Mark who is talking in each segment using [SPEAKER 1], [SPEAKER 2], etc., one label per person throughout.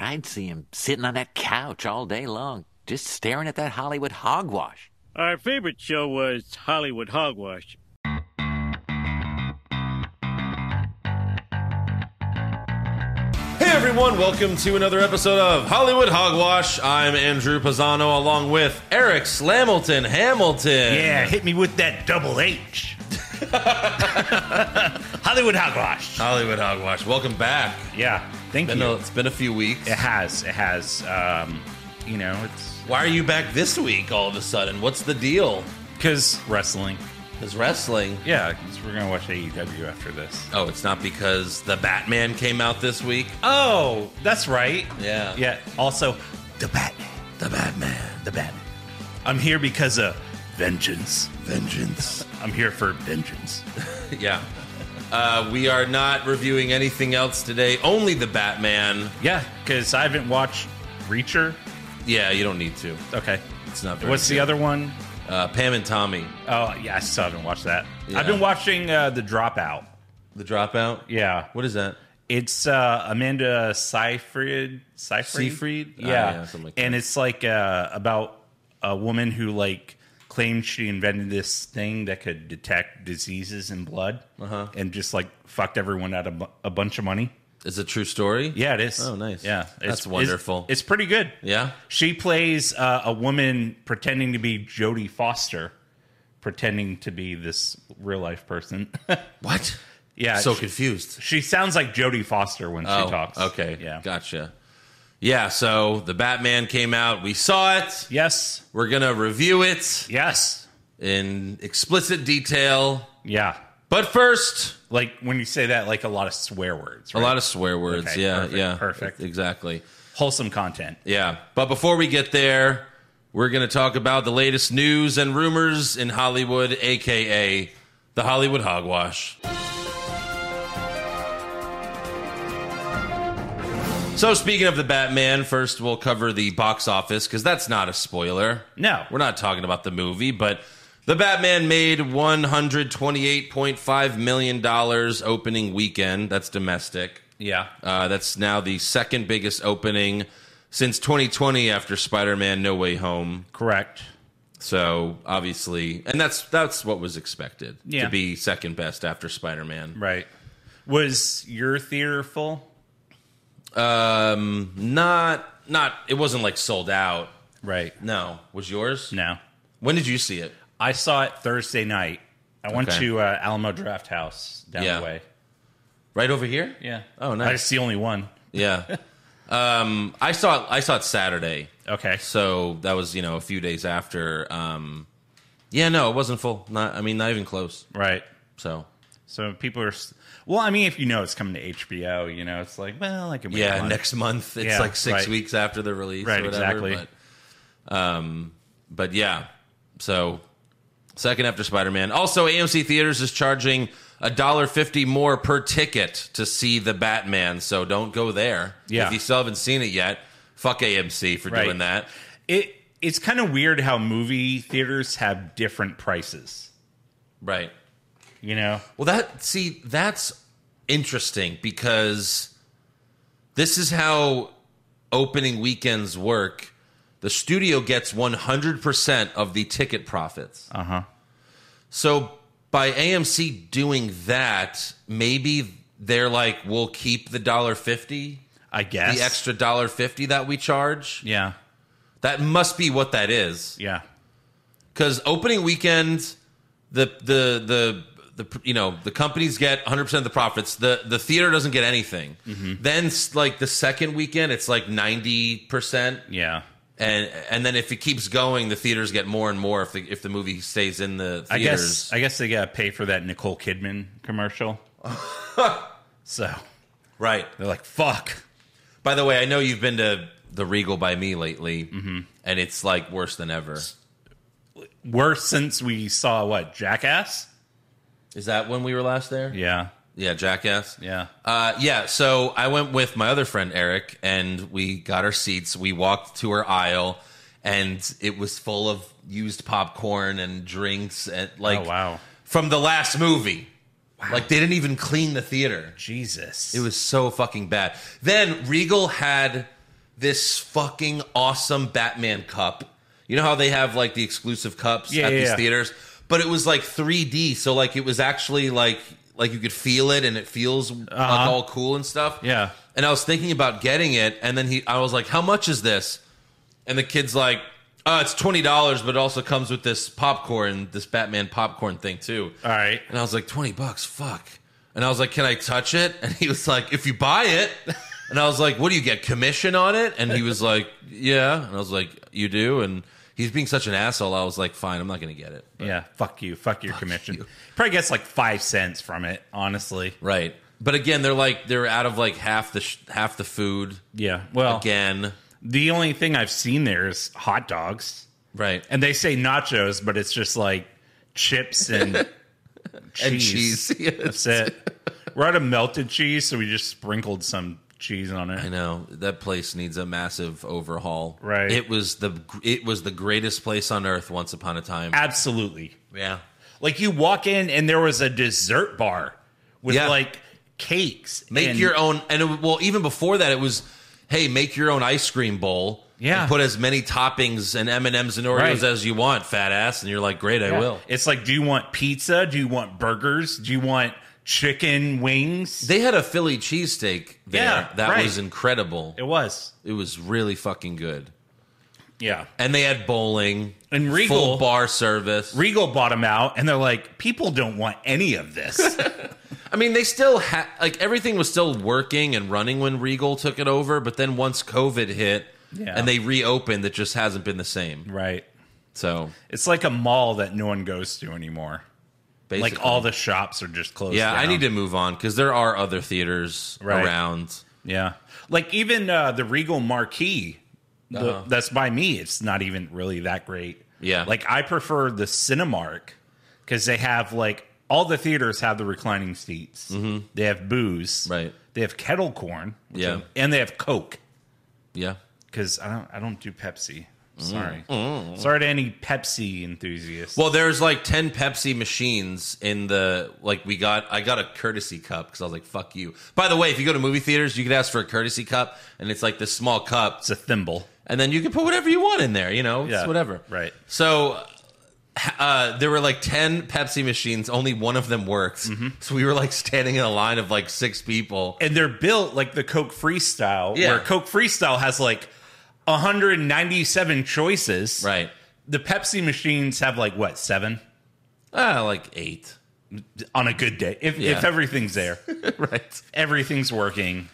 [SPEAKER 1] I'd see him sitting on that couch all day long, just staring at that Hollywood hogwash.
[SPEAKER 2] Our favorite show was Hollywood Hogwash.
[SPEAKER 3] Hey everyone, welcome to another episode of Hollywood Hogwash. I'm Andrew Pisano along with Eric Slamilton Hamilton.
[SPEAKER 4] Yeah, hit me with that double H. Hollywood hogwash.
[SPEAKER 3] Hollywood Hogwash, welcome back.
[SPEAKER 4] Yeah, thank
[SPEAKER 3] Been
[SPEAKER 4] you.
[SPEAKER 3] a- it's been a few weeks.
[SPEAKER 4] it has. It has. Um, you know, it's
[SPEAKER 3] Why are you back this week all of a sudden? What's the deal?
[SPEAKER 4] because wrestling.
[SPEAKER 3] Because wrestling.
[SPEAKER 4] Yeah, 'cause we're gonna watch AEW after this.
[SPEAKER 3] Oh, it's not because the Batman came out this week.
[SPEAKER 4] Oh, that's right.
[SPEAKER 3] Yeah.
[SPEAKER 4] Yeah. Also, the Batman.
[SPEAKER 3] The Batman.
[SPEAKER 4] The Batman. I'm here because of vengeance.
[SPEAKER 3] Vengeance.
[SPEAKER 4] I'm here for vengeance.
[SPEAKER 3] yeah. Uh, we are not reviewing anything else today, only the Batman.
[SPEAKER 4] Yeah, because I haven't watched Reacher.
[SPEAKER 3] Yeah, you don't need to.
[SPEAKER 4] Okay.
[SPEAKER 3] It's not very
[SPEAKER 4] What's the
[SPEAKER 3] good.
[SPEAKER 4] other one?
[SPEAKER 3] Uh, Pam and Tommy.
[SPEAKER 4] Oh, yeah, I still haven't watched that.
[SPEAKER 3] Yeah.
[SPEAKER 4] I've been watching uh, The Dropout.
[SPEAKER 3] The Dropout.
[SPEAKER 4] Yeah.
[SPEAKER 3] What is that?
[SPEAKER 4] It's uh, Amanda Seyfried. Seyfried.
[SPEAKER 3] Seyfried? Ah,
[SPEAKER 4] Yeah.
[SPEAKER 3] yeah, something like
[SPEAKER 4] and
[SPEAKER 3] that.
[SPEAKER 4] it's like uh, about a woman who like claimed she invented this thing that could detect diseases in blood, uh-huh. and just like fucked everyone out of bu- a bunch of money.
[SPEAKER 3] It's a true story.
[SPEAKER 4] Yeah, it is.
[SPEAKER 3] Oh, nice.
[SPEAKER 4] Yeah,
[SPEAKER 3] That's wonderful.
[SPEAKER 4] It's, it's pretty good.
[SPEAKER 3] Yeah.
[SPEAKER 4] She plays uh, a woman pretending to be Jodie Foster, pretending to be this real life person.
[SPEAKER 3] What?
[SPEAKER 4] yeah,
[SPEAKER 3] so
[SPEAKER 4] she,
[SPEAKER 3] confused.
[SPEAKER 4] she sounds like Jodie Foster when
[SPEAKER 3] oh,
[SPEAKER 4] she talks.
[SPEAKER 3] okay.
[SPEAKER 4] yeah,
[SPEAKER 3] Gotcha. Yeah. So the Batman came out. We saw it.
[SPEAKER 4] yes,
[SPEAKER 3] We're gonna review it
[SPEAKER 4] yes,
[SPEAKER 3] in explicit detail.
[SPEAKER 4] yeah.
[SPEAKER 3] But first,
[SPEAKER 4] Like when you say that, like a lot of swear words,
[SPEAKER 3] a lot of swear words.
[SPEAKER 4] Okay,
[SPEAKER 3] yeah.
[SPEAKER 4] perfect,
[SPEAKER 3] yeah.
[SPEAKER 4] perfect.
[SPEAKER 3] Exactly.
[SPEAKER 4] wholesome content.
[SPEAKER 3] Yeah. But before we get there, we're gonna talk about the latest news and rumors in Hollywood, aka the Hollywood Hogwash. So speaking of the Batman, first we'll cover the box office because that's not a spoiler.
[SPEAKER 4] No.
[SPEAKER 3] we're not talking about the movie, but the Batman made one hundred twenty-eight point five million dollars opening weekend. That's domestic.
[SPEAKER 4] Yeah,
[SPEAKER 3] Uh, that's now the second biggest opening since 2020 after Spider-Man: No Way Home.
[SPEAKER 4] correct.
[SPEAKER 3] So obviously, and that's that's what was expected
[SPEAKER 4] Yeah.
[SPEAKER 3] to be second best after Spider-Man.
[SPEAKER 4] Right. Was your theater full?
[SPEAKER 3] Mm-hmm. Not not it wasn't like sold out.
[SPEAKER 4] Right.
[SPEAKER 3] No, was yours?
[SPEAKER 4] No,
[SPEAKER 3] When did you see it?
[SPEAKER 4] I saw it Thursday night. I went
[SPEAKER 3] Okay.
[SPEAKER 4] to uh, Alamo Draft House down
[SPEAKER 3] Yeah.
[SPEAKER 4] the way.
[SPEAKER 3] Right over here?
[SPEAKER 4] Yeah.
[SPEAKER 3] Oh, nice.
[SPEAKER 4] It's the only one.
[SPEAKER 3] Yeah. um, I saw it, I saw it Saturday.
[SPEAKER 4] Okay.
[SPEAKER 3] So that was you know a few days after. Um, yeah, no, it wasn't full. Not I mean not even close.
[SPEAKER 4] Right.
[SPEAKER 3] So
[SPEAKER 4] So people are. s- Well, I mean, if you know it's coming to HBO, you know, it's like, well, I can wait. a
[SPEAKER 3] yeah,
[SPEAKER 4] month.
[SPEAKER 3] next month. It's
[SPEAKER 4] Yeah,
[SPEAKER 3] like six
[SPEAKER 4] right.
[SPEAKER 3] weeks after the release,
[SPEAKER 4] Right,
[SPEAKER 3] Or whatever,
[SPEAKER 4] exactly.
[SPEAKER 3] But, um, but yeah, so second after Spider Man. Also, AMC theaters is charging a dollar fifty more per ticket to see the Batman. So don't go there.
[SPEAKER 4] Yeah.
[SPEAKER 3] if you still haven't seen it yet, fuck AMC for
[SPEAKER 4] Right.
[SPEAKER 3] doing that.
[SPEAKER 4] It it's kind of weird how movie theaters have different prices.
[SPEAKER 3] Right.
[SPEAKER 4] You know.
[SPEAKER 3] Well, that see, that's interesting because this is how opening weekends work. The studio gets 100% of the ticket profits.
[SPEAKER 4] Uh huh.
[SPEAKER 3] So by AMC doing that, maybe they're like, we'll keep the dollar fifty,
[SPEAKER 4] I
[SPEAKER 3] the
[SPEAKER 4] guess
[SPEAKER 3] extra dollar fifty that we charge.
[SPEAKER 4] Yeah.
[SPEAKER 3] That must be what that is
[SPEAKER 4] Yeah.
[SPEAKER 3] because opening weekend, the the the the you know the companies get 100 percent of the profits. The the theater doesn't get anything.
[SPEAKER 4] Mm-hmm.
[SPEAKER 3] Then s- like the second weekend, it's like 90 percent,
[SPEAKER 4] Yeah.
[SPEAKER 3] and and then if it keeps going, the theaters get more and more if the if the movie stays in the theaters.
[SPEAKER 4] I guess I guess they gotta pay for that Nicole Kidman commercial. so
[SPEAKER 3] right.
[SPEAKER 4] they're like, fuck.
[SPEAKER 3] By the way, I know you've been to the Regal by me lately,
[SPEAKER 4] Mm-hmm.
[SPEAKER 3] and it's like worse than ever.
[SPEAKER 4] Worse since we saw what Jackass.
[SPEAKER 3] Is that when we were last there?
[SPEAKER 4] Yeah.
[SPEAKER 3] yeah Jackass.
[SPEAKER 4] Yeah.
[SPEAKER 3] Uh, yeah, so I went with my other friend Eric, and we got our seats. We walked to her aisle, and it was full of used popcorn and drinks, and like
[SPEAKER 4] oh wow.
[SPEAKER 3] from the last movie. Like they didn't even clean the theater.
[SPEAKER 4] Jesus.
[SPEAKER 3] It was so fucking bad. Then Regal had this fucking awesome Batman cup. You know how they have like the exclusive cups
[SPEAKER 4] Yeah,
[SPEAKER 3] at
[SPEAKER 4] yeah,
[SPEAKER 3] these
[SPEAKER 4] yeah.
[SPEAKER 3] theaters, but it was like 3D, so like it was actually like like you could feel it and it feels like all cool and stuff.
[SPEAKER 4] Uh-huh. Yeah.
[SPEAKER 3] And I was thinking about getting it, and then he, I was like, "How much is this?" And the kid's like, "Uh, it's twenty dollars, but it also comes with this popcorn, this Batman popcorn thing too."
[SPEAKER 4] All right.
[SPEAKER 3] And I was like, 20 bucks, fuck. And I was like, can I touch it? And he was like, if you buy it. And I was like, what do you get, commission on it? And he was like, yeah. And I was like, you do? And he's being such an asshole. I was like, fine, I'm not going to get it.
[SPEAKER 4] Yeah, fuck you. Fuck your commission. Probably gets like five cents from it, honestly.
[SPEAKER 3] Right. But again, they're like, they're out of like half the, sh- half the food
[SPEAKER 4] Yeah. Well,
[SPEAKER 3] again.
[SPEAKER 4] the only thing I've seen there is hot dogs.
[SPEAKER 3] Right.
[SPEAKER 4] And they say nachos, but it's just like chips and cheese.
[SPEAKER 3] And cheese. Yes.
[SPEAKER 4] That's it. We're out of melted cheese, so we just sprinkled some cheese on
[SPEAKER 3] I
[SPEAKER 4] it.
[SPEAKER 3] know that place needs a massive overhaul.
[SPEAKER 4] Right.
[SPEAKER 3] It was the, it was the greatest place on earth once upon a time.
[SPEAKER 4] Absolutely.
[SPEAKER 3] Yeah.
[SPEAKER 4] Like you walk in and there was a dessert bar with
[SPEAKER 3] Yeah.
[SPEAKER 4] like cakes.
[SPEAKER 3] Make
[SPEAKER 4] and-
[SPEAKER 3] your own, and it, well, even before that, it was, hey, make your own ice cream bowl.
[SPEAKER 4] Yeah.
[SPEAKER 3] and put as many toppings and M and M's and Oreos
[SPEAKER 4] Right.
[SPEAKER 3] as you want, fat ass. And you're like, great, I will.
[SPEAKER 4] It's like, do you want pizza? Do you want burgers? Do you want chicken wings?
[SPEAKER 3] They had a Philly cheesesteak there
[SPEAKER 4] Yeah,
[SPEAKER 3] that
[SPEAKER 4] right.
[SPEAKER 3] was incredible.
[SPEAKER 4] it was.
[SPEAKER 3] It was really fucking good,
[SPEAKER 4] Yeah.
[SPEAKER 3] and they had bowling
[SPEAKER 4] And Regal-
[SPEAKER 3] full bar service.
[SPEAKER 4] Regal bought them out, and they're like, people don't want any of this.
[SPEAKER 3] I mean, they still had like everything was still working and running when Regal took it over, but then once COVID hit
[SPEAKER 4] Yeah.
[SPEAKER 3] and they reopened, it just hasn't been the same.
[SPEAKER 4] right.
[SPEAKER 3] So
[SPEAKER 4] It's like a mall that no one goes to anymore.
[SPEAKER 3] basically,
[SPEAKER 4] Like all the shops are just closed.
[SPEAKER 3] Yeah, I
[SPEAKER 4] down.
[SPEAKER 3] need to move on because there are other theaters
[SPEAKER 4] Right.
[SPEAKER 3] around.
[SPEAKER 4] Yeah, like even uh, the Regal Marquee the, that's by me. It's not even really that great.
[SPEAKER 3] Uh-huh. Yeah.
[SPEAKER 4] like I prefer the Cinemark because they have like all the theaters have the reclining seats. They have booze.
[SPEAKER 3] Mm-hmm. Right.
[SPEAKER 4] They have kettle corn. which
[SPEAKER 3] Yeah.
[SPEAKER 4] I- and they have Coke
[SPEAKER 3] Yeah.
[SPEAKER 4] because I don't I don't do Pepsi.
[SPEAKER 3] Mm.
[SPEAKER 4] Sorry, sorry to any Pepsi enthusiasts.
[SPEAKER 3] Well, there's like ten Pepsi machines in the like we got. I got a courtesy cup because I was like, "Fuck you." By the way, if you go to movie theaters, you could ask for a courtesy cup, and it's like this small cup,
[SPEAKER 4] it's a thimble.
[SPEAKER 3] and then you can put whatever you want in there. You know,
[SPEAKER 4] Yeah,
[SPEAKER 3] it's whatever.
[SPEAKER 4] right.
[SPEAKER 3] So. Uh, there were like 10 Pepsi machines. Only one of them worked.
[SPEAKER 4] Mm-hmm.
[SPEAKER 3] So we were like standing in a line of like six people.
[SPEAKER 4] and they're built like the Coke Freestyle,
[SPEAKER 3] Yeah.
[SPEAKER 4] where Coke Freestyle has like 197 choices.
[SPEAKER 3] Right.
[SPEAKER 4] The Pepsi machines have like what seven
[SPEAKER 3] Ah, like eight.
[SPEAKER 4] on a good day, if
[SPEAKER 3] Yeah.
[SPEAKER 4] if everything's there,
[SPEAKER 3] right.
[SPEAKER 4] everything's working.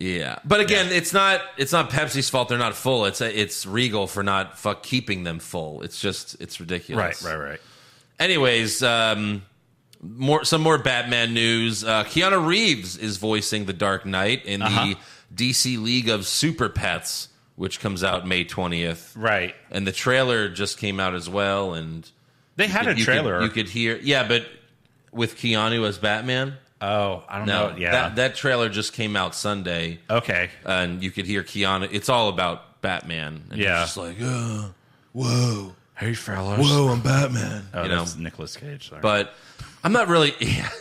[SPEAKER 3] Yeah, but again, it's not it's not Pepsi's fault they're not full. It's it's Regal for not fuck keeping them full. It's just it's ridiculous.
[SPEAKER 4] right.
[SPEAKER 3] Anyways, um, more some more Batman news. Uh, Keanu Reeves is voicing the Dark Knight in
[SPEAKER 4] Uh-huh.
[SPEAKER 3] the DC League of Super Pets, which comes out May twentieth.
[SPEAKER 4] Right.
[SPEAKER 3] And the trailer just came out as well, and
[SPEAKER 4] They had a
[SPEAKER 3] you
[SPEAKER 4] trailer.
[SPEAKER 3] Could, you could hear, yeah, but with Keanu as Batman.
[SPEAKER 4] oh, I don't
[SPEAKER 3] No,
[SPEAKER 4] know. Yeah.
[SPEAKER 3] that that trailer just came out Sunday
[SPEAKER 4] okay.
[SPEAKER 3] and you could hear Keanu. It's all about Batman. And
[SPEAKER 4] Yeah.
[SPEAKER 3] it's just like, uh, whoa,
[SPEAKER 4] Hey, fellas.
[SPEAKER 3] whoa, I'm Batman.
[SPEAKER 4] Oh,
[SPEAKER 3] you know,
[SPEAKER 4] that's Nicolas Cage. Sorry.
[SPEAKER 3] but I'm not really.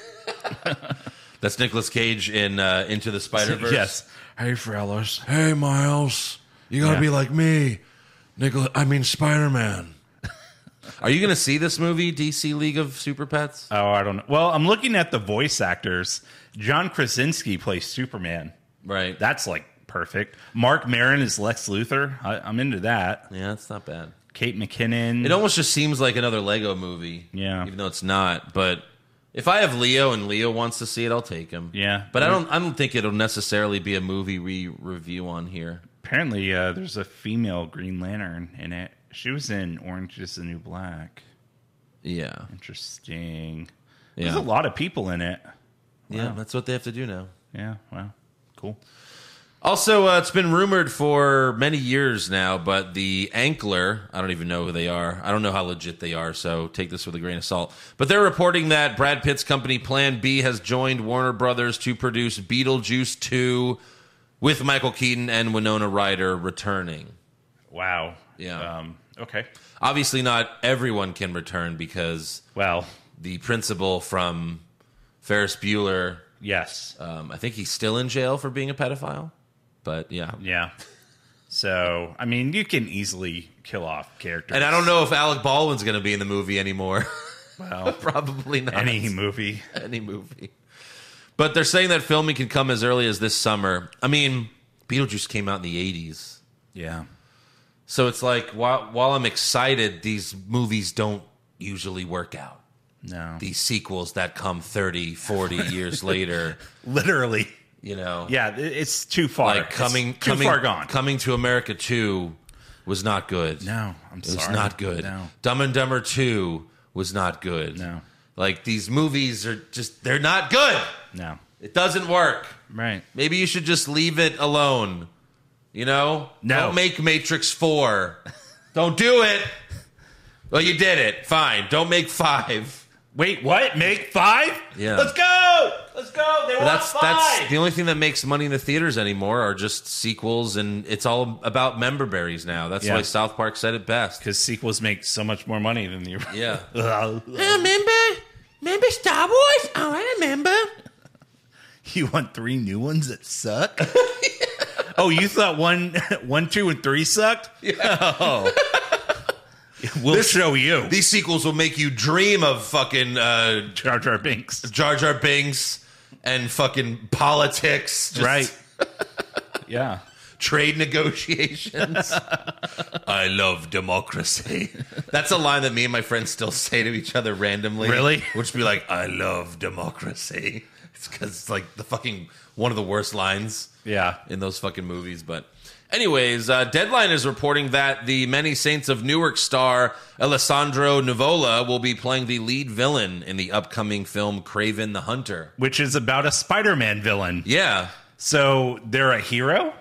[SPEAKER 3] That's Nicolas Cage in uh, Into the Spider Verse.
[SPEAKER 4] yes. Hey, fellas.
[SPEAKER 5] Hey, Miles, you gotta
[SPEAKER 4] Yeah.
[SPEAKER 5] be like me, Nicholas. I mean, Spider Man.
[SPEAKER 3] Are you going to see this movie, DC League of Super Pets?
[SPEAKER 4] Oh, I don't know. Well, I'm looking at the voice actors. John Krasinski plays Superman.
[SPEAKER 3] Right.
[SPEAKER 4] That's like perfect. Mark Maron is Lex Luthor. I, I'm into that.
[SPEAKER 3] yeah, it's not bad.
[SPEAKER 4] Kate McKinnon.
[SPEAKER 3] It almost just seems like another Lego movie.
[SPEAKER 4] Yeah.
[SPEAKER 3] Even though it's not, but. If I have Leo and Leo wants to see it, I'll take him.
[SPEAKER 4] Yeah.
[SPEAKER 3] but I don't. I don't think it'll necessarily be a movie we review on here.
[SPEAKER 4] Apparently, uh, there's a female Green Lantern in it. She was in Orange is the New Black.
[SPEAKER 3] Yeah,
[SPEAKER 4] Interesting.
[SPEAKER 3] Yeah.
[SPEAKER 4] There's a lot of people in it.
[SPEAKER 3] Yeah, that's what they have to do now.
[SPEAKER 4] Yeah. Wow. Cool.
[SPEAKER 3] Also, uh, it's been rumored for many years now, but the Ankler, I don't even know who they are. I don't know how legit they are, so take this with a grain of salt. But they're reporting that Brad Pitt's company Plan B has joined Warner Brothers to produce Beetlejuice 2 with Michael Keaton and Winona Ryder returning.
[SPEAKER 4] Wow.
[SPEAKER 3] Yeah.
[SPEAKER 4] Um, okay.
[SPEAKER 3] Obviously, not everyone can return because
[SPEAKER 4] Well,
[SPEAKER 3] the principal from Ferris Bueller,
[SPEAKER 4] yes.
[SPEAKER 3] Uh, um, I think he's still in jail for being a pedophile. But yeah,
[SPEAKER 4] yeah. So I mean, you can easily kill off characters.
[SPEAKER 3] And I don't know if Alec Baldwin's going to be in the movie anymore.
[SPEAKER 4] Well,
[SPEAKER 3] Probably not.
[SPEAKER 4] any movie.
[SPEAKER 3] any movie. But they're saying that filming can come as early as this summer. I mean, Beetlejuice came out in the 80s.
[SPEAKER 4] Yeah.
[SPEAKER 3] So it's like while while I'm excited, these movies don't usually work out.
[SPEAKER 4] No.
[SPEAKER 3] These sequels that come 30, 40 years later,
[SPEAKER 4] Literally.
[SPEAKER 3] you know.
[SPEAKER 4] Yeah, it- it's too far.
[SPEAKER 3] Like coming
[SPEAKER 4] It's too
[SPEAKER 3] coming
[SPEAKER 4] far gone.
[SPEAKER 3] coming to America 2 was not good.
[SPEAKER 4] no, I'm
[SPEAKER 3] It
[SPEAKER 4] sorry.
[SPEAKER 3] was not good.
[SPEAKER 4] No.
[SPEAKER 3] Dumb and Dumber 2 was not good.
[SPEAKER 4] No.
[SPEAKER 3] Like these movies are just they're not good.
[SPEAKER 4] No.
[SPEAKER 3] It doesn't work.
[SPEAKER 4] Right.
[SPEAKER 3] Maybe you should just leave it alone. You know?
[SPEAKER 4] No.
[SPEAKER 3] Don't make Matrix 4. Don't do it. Well, you did it. Fine. Don't make 5.
[SPEAKER 4] Wait, what? Make five?
[SPEAKER 3] Yeah.
[SPEAKER 4] Let's go. Let's go. They want
[SPEAKER 3] That's
[SPEAKER 4] five.
[SPEAKER 3] that's the only thing that makes money in the theaters anymore are just sequels and it's all about member berries now. That's
[SPEAKER 4] Yeah.
[SPEAKER 3] why South Park said it best.
[SPEAKER 4] because sequels make so much more money than the original. Uh,
[SPEAKER 3] Yeah.
[SPEAKER 6] Remember? Remember Star Wars? Oh, I remember.
[SPEAKER 4] You want three new ones that suck? oh, you thought one, one, two, and three sucked? Yeah. we'll show you,
[SPEAKER 3] These sequels will make you dream of fucking uh,
[SPEAKER 4] Jar Jar Binks.
[SPEAKER 3] Jar Jar Binks and fucking politics. Just-
[SPEAKER 4] right? yeah.
[SPEAKER 3] trade negotiations. I love democracy. That's a line that me and my friends still say to each other randomly.
[SPEAKER 4] Really?
[SPEAKER 3] We'll just be like, I love democracy. It's because it's like the fucking one of the worst lines
[SPEAKER 4] Yeah.
[SPEAKER 3] in those fucking movies. But, anyways, uh, Deadline is reporting that the Many Saints of Newark star Alessandro Nivola will be playing the lead villain in the upcoming film Craven the Hunter.
[SPEAKER 4] Which is about a Spider-Man villain.
[SPEAKER 3] Yeah.
[SPEAKER 4] So they're a hero.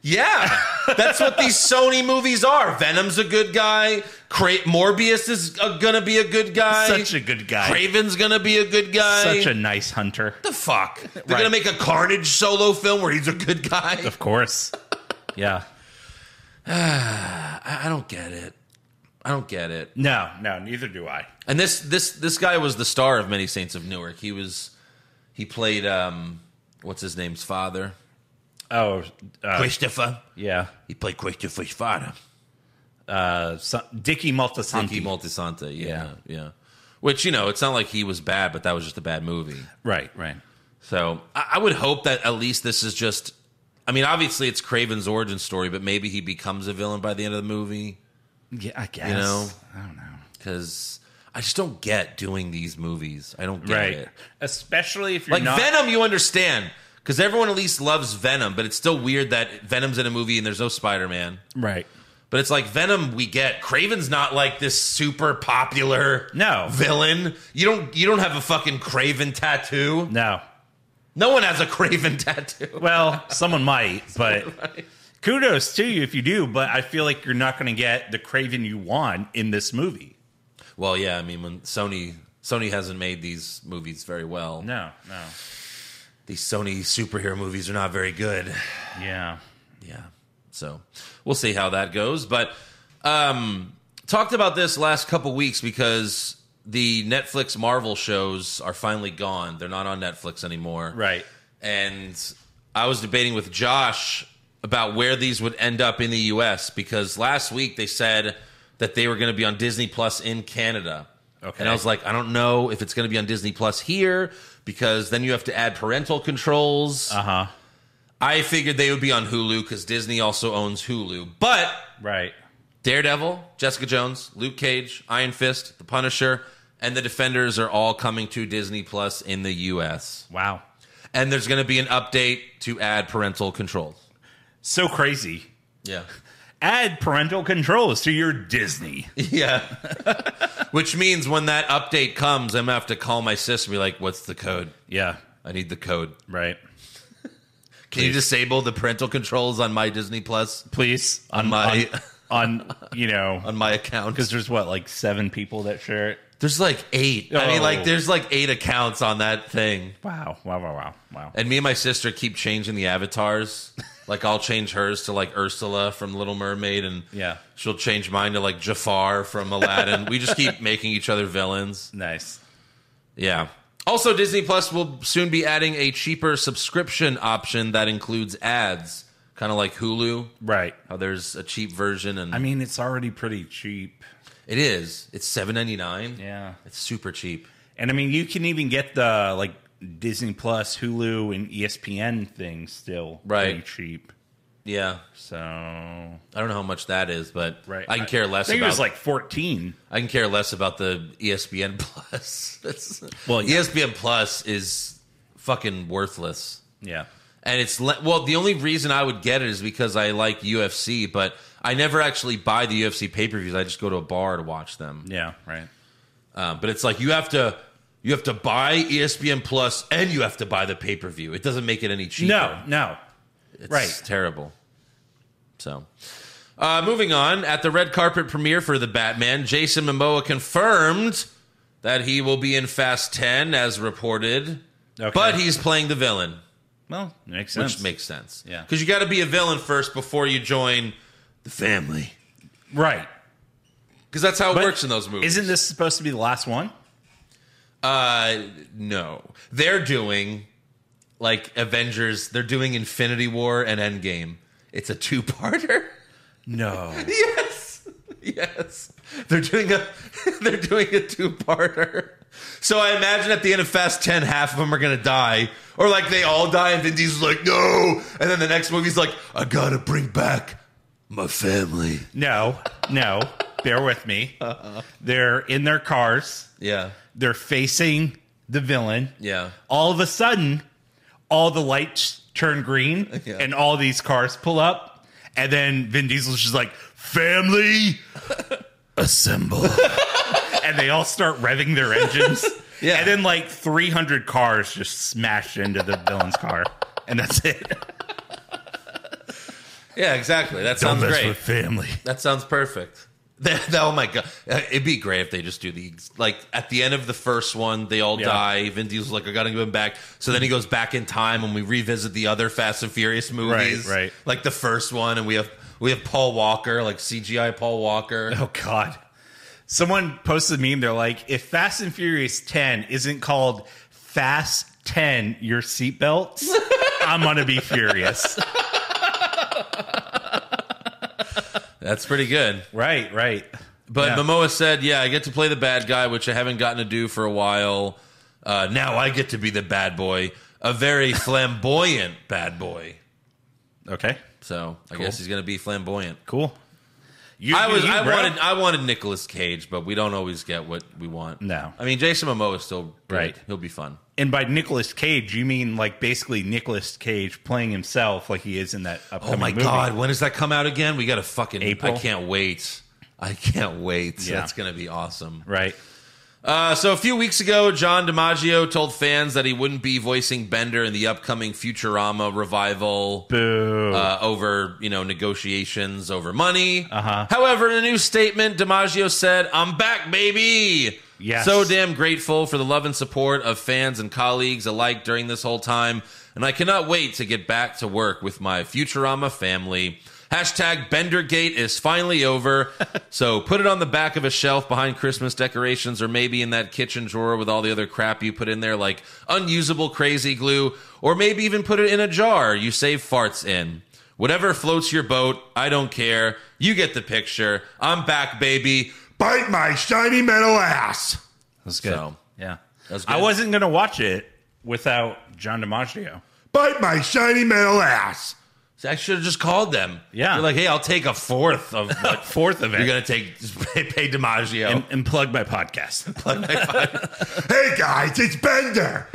[SPEAKER 3] Yeah, that's what these Sony movies are. Venom's a good guy. Cra- Morbius is uh gonna be a good guy.
[SPEAKER 4] Such a good guy.
[SPEAKER 3] Craven's gonna be a good guy.
[SPEAKER 4] Such a nice hunter.
[SPEAKER 3] the fuck. They're
[SPEAKER 4] Right.
[SPEAKER 3] gonna make a Carnage solo film where he's a good guy.
[SPEAKER 4] Of course. yeah.
[SPEAKER 3] I I don't get it. I don't get it.
[SPEAKER 4] No, no, neither do I.
[SPEAKER 3] And this this this guy was the star of Many Saints of Newark. He was he played um what's his name's father
[SPEAKER 4] Oh, uh,
[SPEAKER 3] Christopher.
[SPEAKER 4] yeah.
[SPEAKER 3] He played Christopher's father.
[SPEAKER 4] Uh, so, Dicky Multisanti.
[SPEAKER 3] Anki Multisante. Yeah, yeah, Which you know, it's not like he was bad, but that was just a bad movie.
[SPEAKER 4] right, right.
[SPEAKER 3] So I, I would hope that at least this is just. I mean, obviously it's Craven's origin story, but maybe he becomes a villain by the end of the movie.
[SPEAKER 4] Yeah, I guess.
[SPEAKER 3] know?
[SPEAKER 4] I don't know.
[SPEAKER 3] Because I just don't get doing these movies. I don't get
[SPEAKER 4] right.
[SPEAKER 3] it.
[SPEAKER 4] Especially if you're
[SPEAKER 3] Like
[SPEAKER 4] not.
[SPEAKER 3] Venom, you understand. Because everyone at least loves Venom, but it's still weird that Venom's in a movie and there's no Spider Man.
[SPEAKER 4] right.
[SPEAKER 3] But it's like Venom, we get Craven's not like this super popular
[SPEAKER 4] No.
[SPEAKER 3] villain. You don't you don't have a fucking Craven tattoo.
[SPEAKER 4] No.
[SPEAKER 3] No one has a Craven tattoo.
[SPEAKER 4] Well, someone might, but kudos to you if you do, but I feel like you're not going to get the Craven you want in this movie.
[SPEAKER 3] Well, yeah, I mean when Sony Sony hasn't made these movies very well.
[SPEAKER 4] No, no.
[SPEAKER 3] These Sony superhero movies are not very good.
[SPEAKER 4] Yeah.
[SPEAKER 3] Yeah. So we'll see how that goes. But um talked about this last couple weeks because the Netflix Marvel shows are finally gone. They're not on Netflix anymore.
[SPEAKER 4] Right.
[SPEAKER 3] and I was debating with Josh about where these would end up in the US because last week they said that they were going to be on Disney Plus in Canada.
[SPEAKER 4] Okay.
[SPEAKER 3] And I was like, I don't know if it's going to be on Disney Plus here because then you have to add parental controls.
[SPEAKER 4] Uh huh.
[SPEAKER 3] I figured they would be on Hulu because Disney also owns Hulu. But
[SPEAKER 4] Right.
[SPEAKER 3] Daredevil, Jessica Jones, Luke Cage, Iron Fist, The Punisher, and The Defenders are all coming to Disney Plus in the US
[SPEAKER 4] Wow.
[SPEAKER 3] and there's going to be an update to add parental controls.
[SPEAKER 4] So crazy.
[SPEAKER 3] Yeah.
[SPEAKER 4] Add parental controls to your Disney.
[SPEAKER 3] Yeah. Which means when that update comes, I'm going to have to call my sis and be like, what's the code?
[SPEAKER 4] Yeah.
[SPEAKER 3] I need the code.
[SPEAKER 4] Right.
[SPEAKER 3] Can you disable the parental controls on my Disney Plus,
[SPEAKER 4] Please. On,
[SPEAKER 3] my-
[SPEAKER 4] On, on you know,
[SPEAKER 3] on my account?
[SPEAKER 4] because
[SPEAKER 3] Because
[SPEAKER 4] there's what, like seven people that share it?
[SPEAKER 3] there's like eight. I mean,
[SPEAKER 4] Oh.
[SPEAKER 3] like, there's like eight accounts on that thing.
[SPEAKER 4] Wow. Wow. Wow. Wow. Wow.
[SPEAKER 3] And me and my sister keep changing the avatars. Like I'll change hers to like Ursula from Little Mermaid, and
[SPEAKER 4] Yeah.
[SPEAKER 3] she'll change mine to like Jafar from Aladdin. we just keep making each other villains.
[SPEAKER 4] Nice.
[SPEAKER 3] Yeah. Also, Disney Plus will soon be adding a cheaper subscription option that includes ads. kind of like Hulu.
[SPEAKER 4] Right.
[SPEAKER 3] How there's a cheap version, and
[SPEAKER 4] I mean, it's already pretty cheap.
[SPEAKER 3] it is. It's seven ninety nine.
[SPEAKER 4] Yeah.
[SPEAKER 3] it's super cheap.
[SPEAKER 4] And I mean, you can even get the like Disney Plus, Hulu, and E ESPN thing still
[SPEAKER 3] Right.
[SPEAKER 4] pretty cheap.
[SPEAKER 3] Yeah,
[SPEAKER 4] So right,
[SPEAKER 3] I don't know how much that is, but I can care less.
[SPEAKER 4] I think
[SPEAKER 3] about
[SPEAKER 4] it was like fourteen.
[SPEAKER 3] I can care less about the E ESPN Plus. That's- E
[SPEAKER 4] Well, yeah.
[SPEAKER 3] ESPN Plus is fucking worthless.
[SPEAKER 4] Yeah,
[SPEAKER 3] And it's le- well, the only reason I would get it is because I like UFC, but I never actually buy the UFC pay per views. I just go to a bar to watch them.
[SPEAKER 4] yeah, right. Mm.
[SPEAKER 3] Um, but it's like you have to you have to buy E ESPN Plus and you have to buy the pay per view. It doesn't make it any cheaper.
[SPEAKER 4] No, no.
[SPEAKER 3] It's
[SPEAKER 4] Right.
[SPEAKER 3] terrible. So, uh, moving on, at the red carpet premiere for The Batman, Jason Momoa confirmed that he will be in Fast 10 as reported,
[SPEAKER 4] Okay.
[SPEAKER 3] but he's playing the villain,
[SPEAKER 4] Well, makes
[SPEAKER 3] which
[SPEAKER 4] sense.
[SPEAKER 3] makes sense.
[SPEAKER 4] Yeah.
[SPEAKER 3] Because you got to be a villain first before you join the family.
[SPEAKER 4] right.
[SPEAKER 3] Because that's how it
[SPEAKER 4] But
[SPEAKER 3] works in those movies.
[SPEAKER 4] Isn't this supposed to be the last one?
[SPEAKER 3] Uh, no. They're doing like Avengers, they're doing Infinity War and Endgame. It's a two parter.
[SPEAKER 4] No.
[SPEAKER 3] Yes. Yes. They're doing a they're doing a two-parter. So I imagine at the end of Fast 10 half of them are going to die or like they all die and Vin Diesel's like, "No." And then the next movie's like, "I got to bring back my family."
[SPEAKER 4] No, no. Bear with me. They're in their cars.
[SPEAKER 3] Yeah.
[SPEAKER 4] They're facing the villain.
[SPEAKER 3] Yeah.
[SPEAKER 4] All of a sudden, all the lights turn green
[SPEAKER 3] Yeah.
[SPEAKER 4] and all these cars pull up. And then Vin Diesel's just like, family, assemble. and they all start revving their engines.
[SPEAKER 3] Yeah.
[SPEAKER 4] And then like 300 cars just smash into the villain's car. And that's it.
[SPEAKER 3] Yeah, exactly. That sounds
[SPEAKER 4] Don't mess
[SPEAKER 3] great.
[SPEAKER 4] with family.
[SPEAKER 3] That sounds perfect. That, that- oh my god, Uh, it'd be great if they just do the ex- like at the end of the first one, they all
[SPEAKER 4] Yeah.
[SPEAKER 3] die. Vin Diesel's like, I gotta give him back. So then he goes back in time, and we revisit the other Fast and Furious movies,
[SPEAKER 4] Right, right.
[SPEAKER 3] Like the first one, and we have we have Paul Walker, like CGI Paul Walker.
[SPEAKER 4] Oh God! Someone posted a meme. They're like, if Fast and Furious Ten isn't called Fast Ten, your seatbelts, I'm gonna be furious.
[SPEAKER 3] That's pretty good.
[SPEAKER 4] right, right.
[SPEAKER 3] But
[SPEAKER 4] Yeah.
[SPEAKER 3] Momoa said, "Yeah, I get to play the bad guy, which I haven't gotten to do for a while. Uh, now I get to be the bad boy, a very flamboyant bad boy.
[SPEAKER 4] Okay,
[SPEAKER 3] So I guess he's gonna be flamboyant."
[SPEAKER 4] cool. You,
[SPEAKER 3] I
[SPEAKER 4] do
[SPEAKER 3] was
[SPEAKER 4] you,
[SPEAKER 3] I
[SPEAKER 4] bro.
[SPEAKER 3] wanted I wanted Nicolas Cage, but we don't always get what we want.
[SPEAKER 4] No.
[SPEAKER 3] I mean Jason Momoa is still good.
[SPEAKER 4] Right.
[SPEAKER 3] He'll be fun.
[SPEAKER 4] and by Nicolas Cage, you mean like basically Nicolas Cage playing himself, like he is in that upcoming
[SPEAKER 3] Oh my
[SPEAKER 4] movie.
[SPEAKER 3] god, when does that come out again? We got to fucking
[SPEAKER 4] April.
[SPEAKER 3] I can't wait. I can't wait.
[SPEAKER 4] Yeah.
[SPEAKER 3] That's going to be awesome.
[SPEAKER 4] Right.
[SPEAKER 3] Uh, so a few weeks ago, John DiMaggio told fans that he wouldn't be voicing Bender in the upcoming Futurama revival.
[SPEAKER 4] Boo.
[SPEAKER 3] uh, over you know negotiations over money. Uh-huh. However, in a new statement, DiMaggio said, "I'm back, baby."
[SPEAKER 4] Yes.
[SPEAKER 3] So damn grateful for the love and support of fans and colleagues alike during this whole time, and I cannot wait to get back to work with my Futurama family. Hashtag Bendergate is finally over. so put it on the back of a shelf behind Christmas decorations or maybe in that kitchen drawer with all the other crap you put in there, like unusable crazy glue, or maybe even put it in a jar you save farts in. Whatever floats your boat, I don't care. You get the picture. I'm back, baby.
[SPEAKER 5] Bite my shiny metal ass.
[SPEAKER 4] That's good.
[SPEAKER 3] So,
[SPEAKER 4] yeah.
[SPEAKER 3] that's good.
[SPEAKER 4] I wasn't gonna watch it without John DiMaggio.
[SPEAKER 5] Bite my shiny metal ass.
[SPEAKER 3] I should have just called them.
[SPEAKER 4] Yeah.
[SPEAKER 3] You're like, hey, I'll take a fourth of what
[SPEAKER 4] Fourth of it.
[SPEAKER 3] you're going to take. Just pay, pay DiMaggio.
[SPEAKER 4] and, and plug my podcast.
[SPEAKER 5] Hey guys, it's Bender.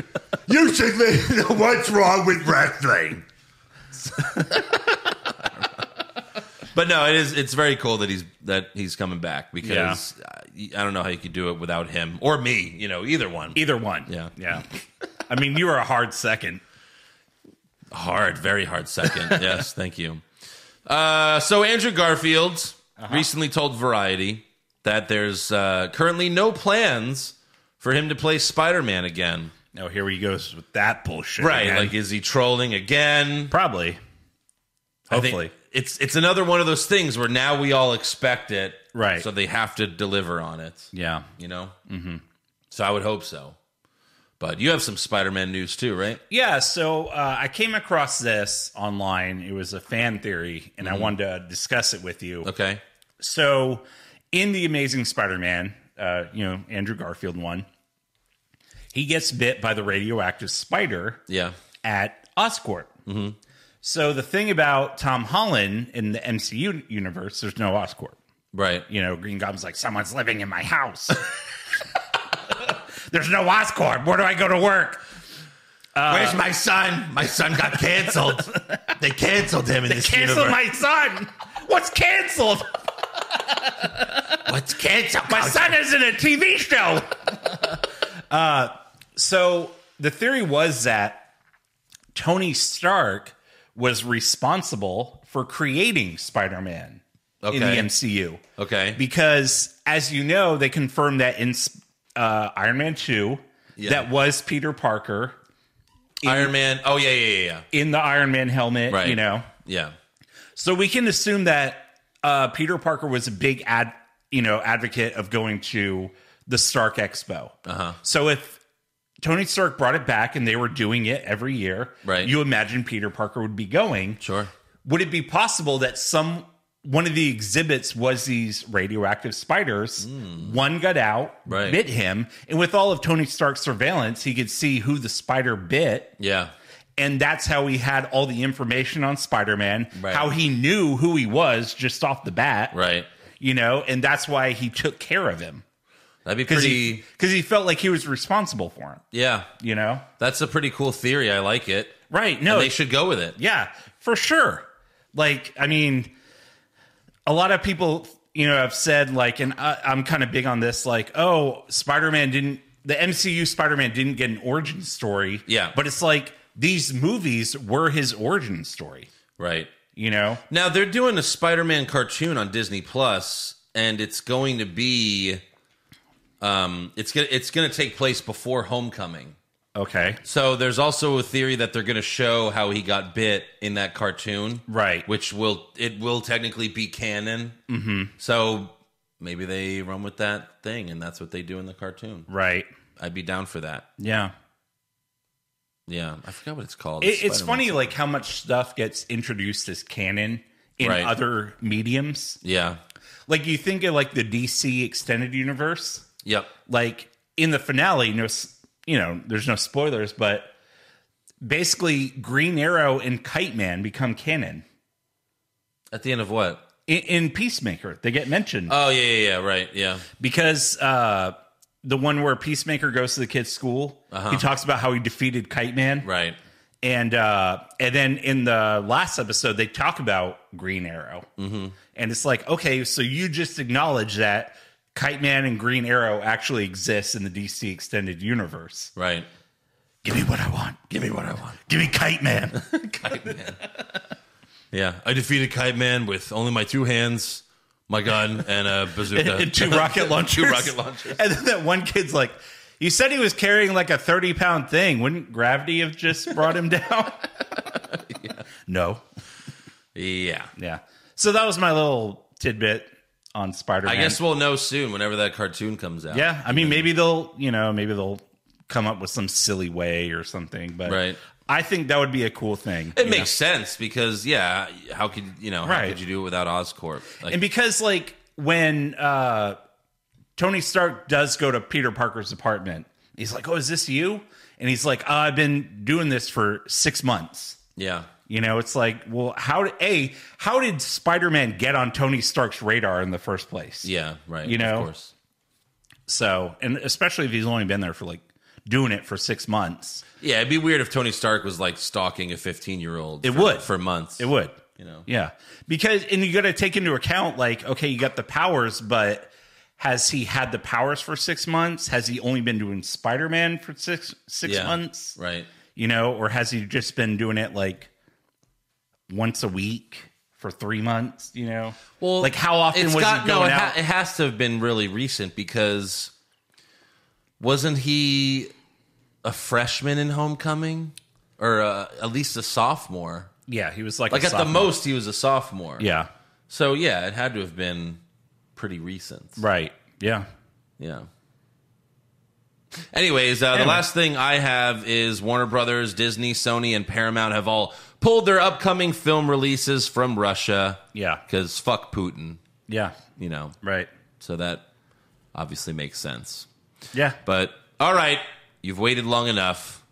[SPEAKER 5] You should listen to what's wrong with wrestling.
[SPEAKER 3] but no, it is. It's very cool that he's that he's coming back because uh, I, I don't know how you could do it without him or me. You know, either one.
[SPEAKER 4] Either one.
[SPEAKER 3] Yeah.
[SPEAKER 4] Yeah. I mean, you were a hard second.
[SPEAKER 3] Hard, very hard second. yes, thank you. Uh, so Andrew Garfield
[SPEAKER 4] Uh-huh.
[SPEAKER 3] recently told Variety that there's uh, currently no plans for him to play Spider-Man again.
[SPEAKER 4] Oh, here he goes with that bullshit.
[SPEAKER 3] Right?
[SPEAKER 4] again.
[SPEAKER 3] Like, is he trolling again?
[SPEAKER 4] probably.
[SPEAKER 3] I think
[SPEAKER 4] Hopefully.
[SPEAKER 3] it's it's another one of those things where now we all expect it,
[SPEAKER 4] Right.
[SPEAKER 3] So they have to deliver on it.
[SPEAKER 4] Yeah.
[SPEAKER 3] you know. Mm-hmm. So I would hope so. But you have some Spider-Man news too, right?
[SPEAKER 4] Yeah, so uh, I came across this online. It was a fan theory, and I wanted to discuss it with you.
[SPEAKER 3] Mm-hmm. Okay.
[SPEAKER 4] So, in the Amazing Spider-Man, uh, you know Andrew Garfield one, he gets bit by the radioactive spider
[SPEAKER 3] Yeah.
[SPEAKER 4] at Oscorp. So the thing about Tom Holland in the MCU universe, there's no Oscorp.
[SPEAKER 3] Right.
[SPEAKER 4] You know, Green Goblin's like, someone's living in my house. there's no Oscorp. Where do I go to work?
[SPEAKER 5] Where's my son? My son got canceled. they canceled him in this
[SPEAKER 4] Cancel
[SPEAKER 5] universe.
[SPEAKER 4] my son. What's canceled?
[SPEAKER 5] What's canceled?
[SPEAKER 4] My son is in a TV show. uh, so the theory was that Tony Stark was responsible for creating Spider Man in
[SPEAKER 3] Okay.
[SPEAKER 4] the MCU.
[SPEAKER 3] Okay.
[SPEAKER 4] Because, as you know, they confirmed that in uh, Iron Man 2,
[SPEAKER 3] Yeah.
[SPEAKER 4] that was Peter Parker
[SPEAKER 3] Iron Man. Oh yeah, yeah, yeah,
[SPEAKER 4] in the Iron Man helmet,
[SPEAKER 3] Right.
[SPEAKER 4] you know.
[SPEAKER 3] yeah.
[SPEAKER 4] So we can assume that uh, Peter Parker was a big ad, you know, advocate of going to the Stark Expo. Uh-huh. So if Tony Stark brought it back and they were doing it every year,
[SPEAKER 3] Right.
[SPEAKER 4] You imagine Peter Parker would be going.
[SPEAKER 3] Sure.
[SPEAKER 4] Would it be possible that some one of the exhibits was these radioactive spiders? One got out,
[SPEAKER 3] Hmm. Right.
[SPEAKER 4] bit him, and with all of Tony Stark's surveillance, he could see who the spider bit
[SPEAKER 3] Yeah.
[SPEAKER 4] and that's how he had all the information on Spider-Man,
[SPEAKER 3] Right.
[SPEAKER 4] how he knew who he was just off the bat,
[SPEAKER 3] Right.
[SPEAKER 4] You know, and that's why he took care of him
[SPEAKER 3] That'd be
[SPEAKER 4] because
[SPEAKER 3] pretty.
[SPEAKER 4] he because he felt like he was responsible for him.
[SPEAKER 3] yeah.
[SPEAKER 4] You know,
[SPEAKER 3] That's a pretty cool theory. I like it.
[SPEAKER 4] right?
[SPEAKER 3] And
[SPEAKER 4] No,
[SPEAKER 3] they should go with it.
[SPEAKER 4] yeah, for sure. Like, I mean, a lot of people, you know, have said like, and I, I'm kind of big on this, like, oh, Spider-Man didn't, the MCU Spider-Man didn't get an origin story,
[SPEAKER 3] Yeah.
[SPEAKER 4] but it's like these movies were his origin story.
[SPEAKER 3] Right.
[SPEAKER 4] You know,
[SPEAKER 3] Now they're doing a Spider-Man cartoon on Disney Plus, and it's going to be, um, it's gonna it's gonna take place before Homecoming.
[SPEAKER 4] Okay.
[SPEAKER 3] So there's also a theory that they're gonna show how he got bit in that cartoon,
[SPEAKER 4] Right.
[SPEAKER 3] Which will it will technically be canon. Mm-hmm. So maybe they run with that thing, and that's what they do in the cartoon.
[SPEAKER 4] Right.
[SPEAKER 3] I'd be down for that.
[SPEAKER 4] Yeah.
[SPEAKER 3] Yeah, I forgot what it's called.
[SPEAKER 4] It, it's
[SPEAKER 3] Spider-Man.
[SPEAKER 4] funny, like, how much stuff gets introduced as canon in
[SPEAKER 3] Right.
[SPEAKER 4] other mediums.
[SPEAKER 3] Yeah.
[SPEAKER 4] Like, you think of, like, the DC extended universe.
[SPEAKER 3] Yep.
[SPEAKER 4] Like, in the finale, no, s- you know, there's no spoilers, but basically, Green Arrow and Kite Man become canon.
[SPEAKER 3] At the end of what?
[SPEAKER 4] In, in Peacemaker, they get mentioned
[SPEAKER 3] Oh yeah, yeah, yeah. Right. Yeah.
[SPEAKER 4] because uh, the one where Peacemaker goes to the kid's school, he talks about how he defeated Kite Man.
[SPEAKER 3] Right.
[SPEAKER 4] and uh and then in the last episode they talk about green arrow and it's like okay so you just acknowledge that kite man and green arrow actually exists in the dc extended universe
[SPEAKER 3] Right.
[SPEAKER 4] give me what i want give me what i want give me kite man
[SPEAKER 3] Yeah, I defeated Kite Man with only my two hands, my gun, and a bazooka.
[SPEAKER 4] and two rocket launchers
[SPEAKER 3] two rocket launchers.
[SPEAKER 4] and then that one kid's like you said he was carrying like a 30 pound thing wouldn't gravity have just brought him down no
[SPEAKER 3] Yeah.
[SPEAKER 4] yeah so that was my little tidbit on spider-man
[SPEAKER 3] I guess we'll know soon whenever that cartoon comes out.
[SPEAKER 4] Yeah, I mean, maybe they'll, you know, maybe they'll come up with some silly way or something. But
[SPEAKER 3] Right.
[SPEAKER 4] I think that would be a cool thing.
[SPEAKER 3] It
[SPEAKER 4] you
[SPEAKER 3] makes sense because yeah, how could you know, how
[SPEAKER 4] Right.
[SPEAKER 3] could you do it without Oscorp? Like
[SPEAKER 4] know? and because like when uh Tony Stark does go to Peter Parker's apartment, he's like, "Oh, is this you?" And he's like, "Uh, "I've been doing this for six months."
[SPEAKER 3] yeah.
[SPEAKER 4] You know, it's like, well, how did a how did Spider Man get on Tony Stark's radar in the first place?
[SPEAKER 3] Yeah, right.
[SPEAKER 4] You know?
[SPEAKER 3] of course.
[SPEAKER 4] So, and especially if he's only been there for like doing it for six months,
[SPEAKER 3] Yeah, it'd be weird if Tony Stark was like stalking a 15-year-old.
[SPEAKER 4] It
[SPEAKER 3] for,
[SPEAKER 4] would.
[SPEAKER 3] for months.
[SPEAKER 4] it would.
[SPEAKER 3] you know.
[SPEAKER 4] Yeah. Because and you got to take into account like okay, you got the powers, but has he had the powers for 6 months? Has he only been doing Spider-Man for 6 6
[SPEAKER 3] Yeah,
[SPEAKER 4] months?
[SPEAKER 3] Right.
[SPEAKER 4] You know, or has he just been doing it like once a week for 3 months, you know? like how often
[SPEAKER 3] it's
[SPEAKER 4] was
[SPEAKER 3] got-
[SPEAKER 4] he going
[SPEAKER 3] no, it ha-
[SPEAKER 4] out?
[SPEAKER 3] it has to have been really recent because wasn't he a freshman in Homecoming or uh, at least a sophomore?
[SPEAKER 4] yeah, he was like
[SPEAKER 3] Like
[SPEAKER 4] a
[SPEAKER 3] at the
[SPEAKER 4] sophomore.
[SPEAKER 3] most, he was a sophomore.
[SPEAKER 4] Yeah.
[SPEAKER 3] So yeah, it had to have been pretty recent.
[SPEAKER 4] Right. Yeah.
[SPEAKER 3] Yeah. Anyways, uh, the
[SPEAKER 4] Anyway.
[SPEAKER 3] last thing I have is Warner Brothers, Disney, Sony, and Paramount have all pulled their upcoming film releases from Russia.
[SPEAKER 4] Yeah.
[SPEAKER 3] Because fuck Putin,
[SPEAKER 4] Yeah.
[SPEAKER 3] you know.
[SPEAKER 4] Right.
[SPEAKER 3] So that obviously makes sense.
[SPEAKER 4] Yeah.
[SPEAKER 3] But all right, you've waited long enough.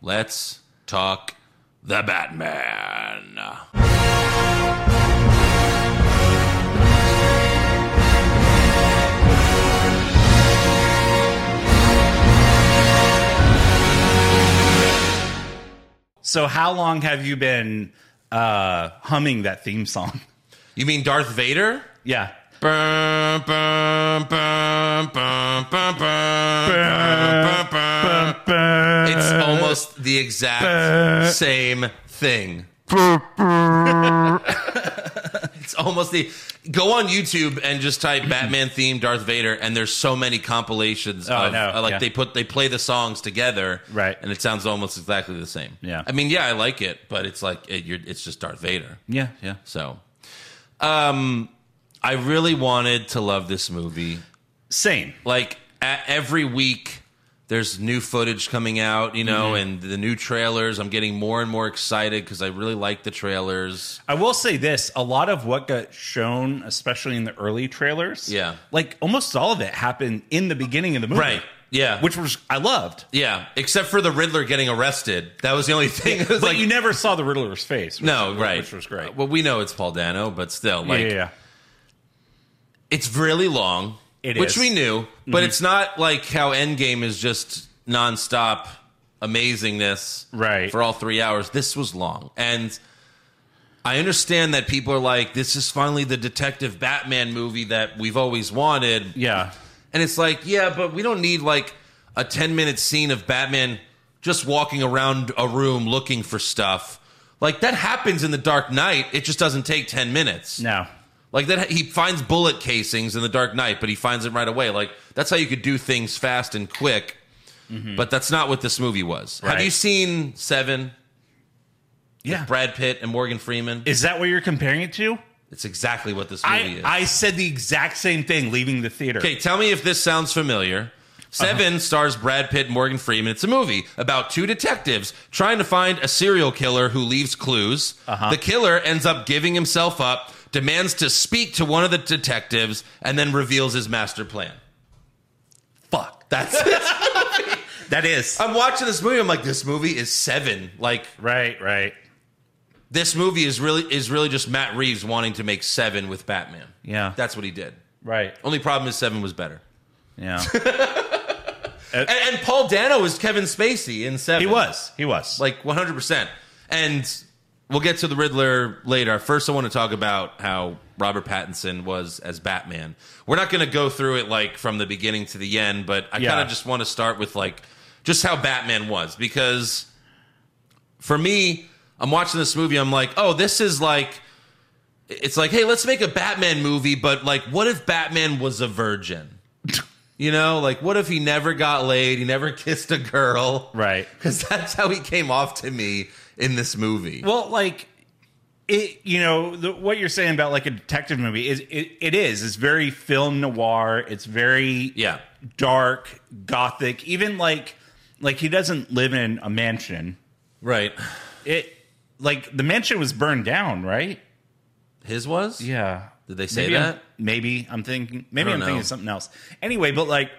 [SPEAKER 3] Let's talk the Batman.
[SPEAKER 4] So how long have you been uh humming that theme song?
[SPEAKER 3] You mean Darth Vader?
[SPEAKER 4] Yeah.
[SPEAKER 3] Bum, bum, bum, bum, bum, bum, bum, bum. It's almost the exact same thing. it's almost the. Go on YouTube and just type Batman theme Darth Vader, and there's so many compilations.
[SPEAKER 4] I
[SPEAKER 3] of,
[SPEAKER 4] know,
[SPEAKER 3] uh, like
[SPEAKER 4] Oh, yeah.
[SPEAKER 3] they put they play the songs together,
[SPEAKER 4] Right.
[SPEAKER 3] And it sounds almost exactly the same.
[SPEAKER 4] Yeah.
[SPEAKER 3] I mean, yeah, I like it, but it's like it, you're, it's just Darth Vader.
[SPEAKER 4] Yeah, yeah.
[SPEAKER 3] So, um, I really wanted to love this movie.
[SPEAKER 4] Same.
[SPEAKER 3] Like a every week, there's new footage coming out, you know,
[SPEAKER 4] Mm-hmm.
[SPEAKER 3] and the new trailers. I'm getting more and more excited because I really like the trailers.
[SPEAKER 4] I will say this: a lot of what got shown, especially in the early trailers,
[SPEAKER 3] Yeah.
[SPEAKER 4] like almost all of it happened in the beginning of the movie,
[SPEAKER 3] Right. Yeah.
[SPEAKER 4] Which was I loved,
[SPEAKER 3] Yeah, except for the Riddler getting arrested. That was the only thing. It was
[SPEAKER 4] but
[SPEAKER 3] like,
[SPEAKER 4] you never saw the Riddler's face. Which
[SPEAKER 3] no, right, Uh,
[SPEAKER 4] Which was great.
[SPEAKER 3] Well, we know it's Paul Dano, but still, like,
[SPEAKER 4] yeah, yeah, yeah.
[SPEAKER 3] it's really long,
[SPEAKER 4] It
[SPEAKER 3] which
[SPEAKER 4] is. Mm-hmm.
[SPEAKER 3] we knew, but it's not like how Endgame is just nonstop amazingness,
[SPEAKER 4] Right.
[SPEAKER 3] For all three hours, this was long, and I understand that people are like, "This is finally the detective Batman movie that we've always wanted,"
[SPEAKER 4] yeah.
[SPEAKER 3] and it's like, yeah, but we don't need like a ten minute scene of Batman just walking around a room looking for stuff. Like that happens in the Dark Knight. It just doesn't take ten minutes.
[SPEAKER 4] No,
[SPEAKER 3] Like that, he finds bullet casings in the Dark Knight, but he finds it right away. Like that's how you could do things fast and quick. But that's not what this movie was. Have
[SPEAKER 4] Mm-hmm. Right.
[SPEAKER 3] you seen Seven?
[SPEAKER 4] yeah.
[SPEAKER 3] Brad Pitt and Morgan Freeman.
[SPEAKER 4] Is that what you're comparing it to?
[SPEAKER 3] It's exactly what this movie
[SPEAKER 4] I
[SPEAKER 3] is.
[SPEAKER 4] I said the exact same thing leaving the theater.
[SPEAKER 3] okay, tell me if this sounds familiar.
[SPEAKER 4] Uh-huh.
[SPEAKER 3] 7 stars Brad Pitt, and Morgan Freeman. It's a movie about two detectives trying to find a serial killer who leaves clues.
[SPEAKER 4] Uh-huh.
[SPEAKER 3] The killer ends up giving himself up, demands to speak to one of the detectives, and then reveals his master plan.
[SPEAKER 4] Fuck.
[SPEAKER 3] That's
[SPEAKER 4] That is
[SPEAKER 3] I'm watching this movie. I'm like, this movie is seven. Like,
[SPEAKER 4] right, right.
[SPEAKER 3] this movie is really is really just Matt Reeves wanting to make seven with Batman.
[SPEAKER 4] Yeah.
[SPEAKER 3] that's what he did.
[SPEAKER 4] Right.
[SPEAKER 3] Only problem is seven was better.
[SPEAKER 4] Yeah.
[SPEAKER 3] And, and Paul Dano is Kevin Spacey in seven.
[SPEAKER 4] he was. He was.
[SPEAKER 3] like 100. percent And we'll get to the Riddler later. First, I want to talk about how Robert Pattinson was as Batman. We're not going to go through it like from the beginning to the end, but I
[SPEAKER 4] Yeah.
[SPEAKER 3] kind of just want to start with like just how Batman was because for me, I'm watching this movie. I'm like, oh, this is like. It's like, hey, let's make a Batman movie, but like, what if Batman was a virgin? You know, like, what if he never got laid? He never kissed a girl.
[SPEAKER 4] right.
[SPEAKER 3] Because that's how he came off to me in this movie.
[SPEAKER 4] Well, like it, you know, the, what you're saying about like a detective movie is it, it is. It's very film noir. It's very
[SPEAKER 3] Yeah.
[SPEAKER 4] dark, gothic. Even like like he doesn't live in a mansion.
[SPEAKER 3] right.
[SPEAKER 4] It like the mansion was burned down, right?
[SPEAKER 3] His was?
[SPEAKER 4] Yeah.
[SPEAKER 3] Did they say
[SPEAKER 4] maybe
[SPEAKER 3] that?
[SPEAKER 4] I'm, maybe I'm thinking. Maybe
[SPEAKER 3] don't
[SPEAKER 4] I'm thinking
[SPEAKER 3] know.
[SPEAKER 4] of something else. Anyway, but like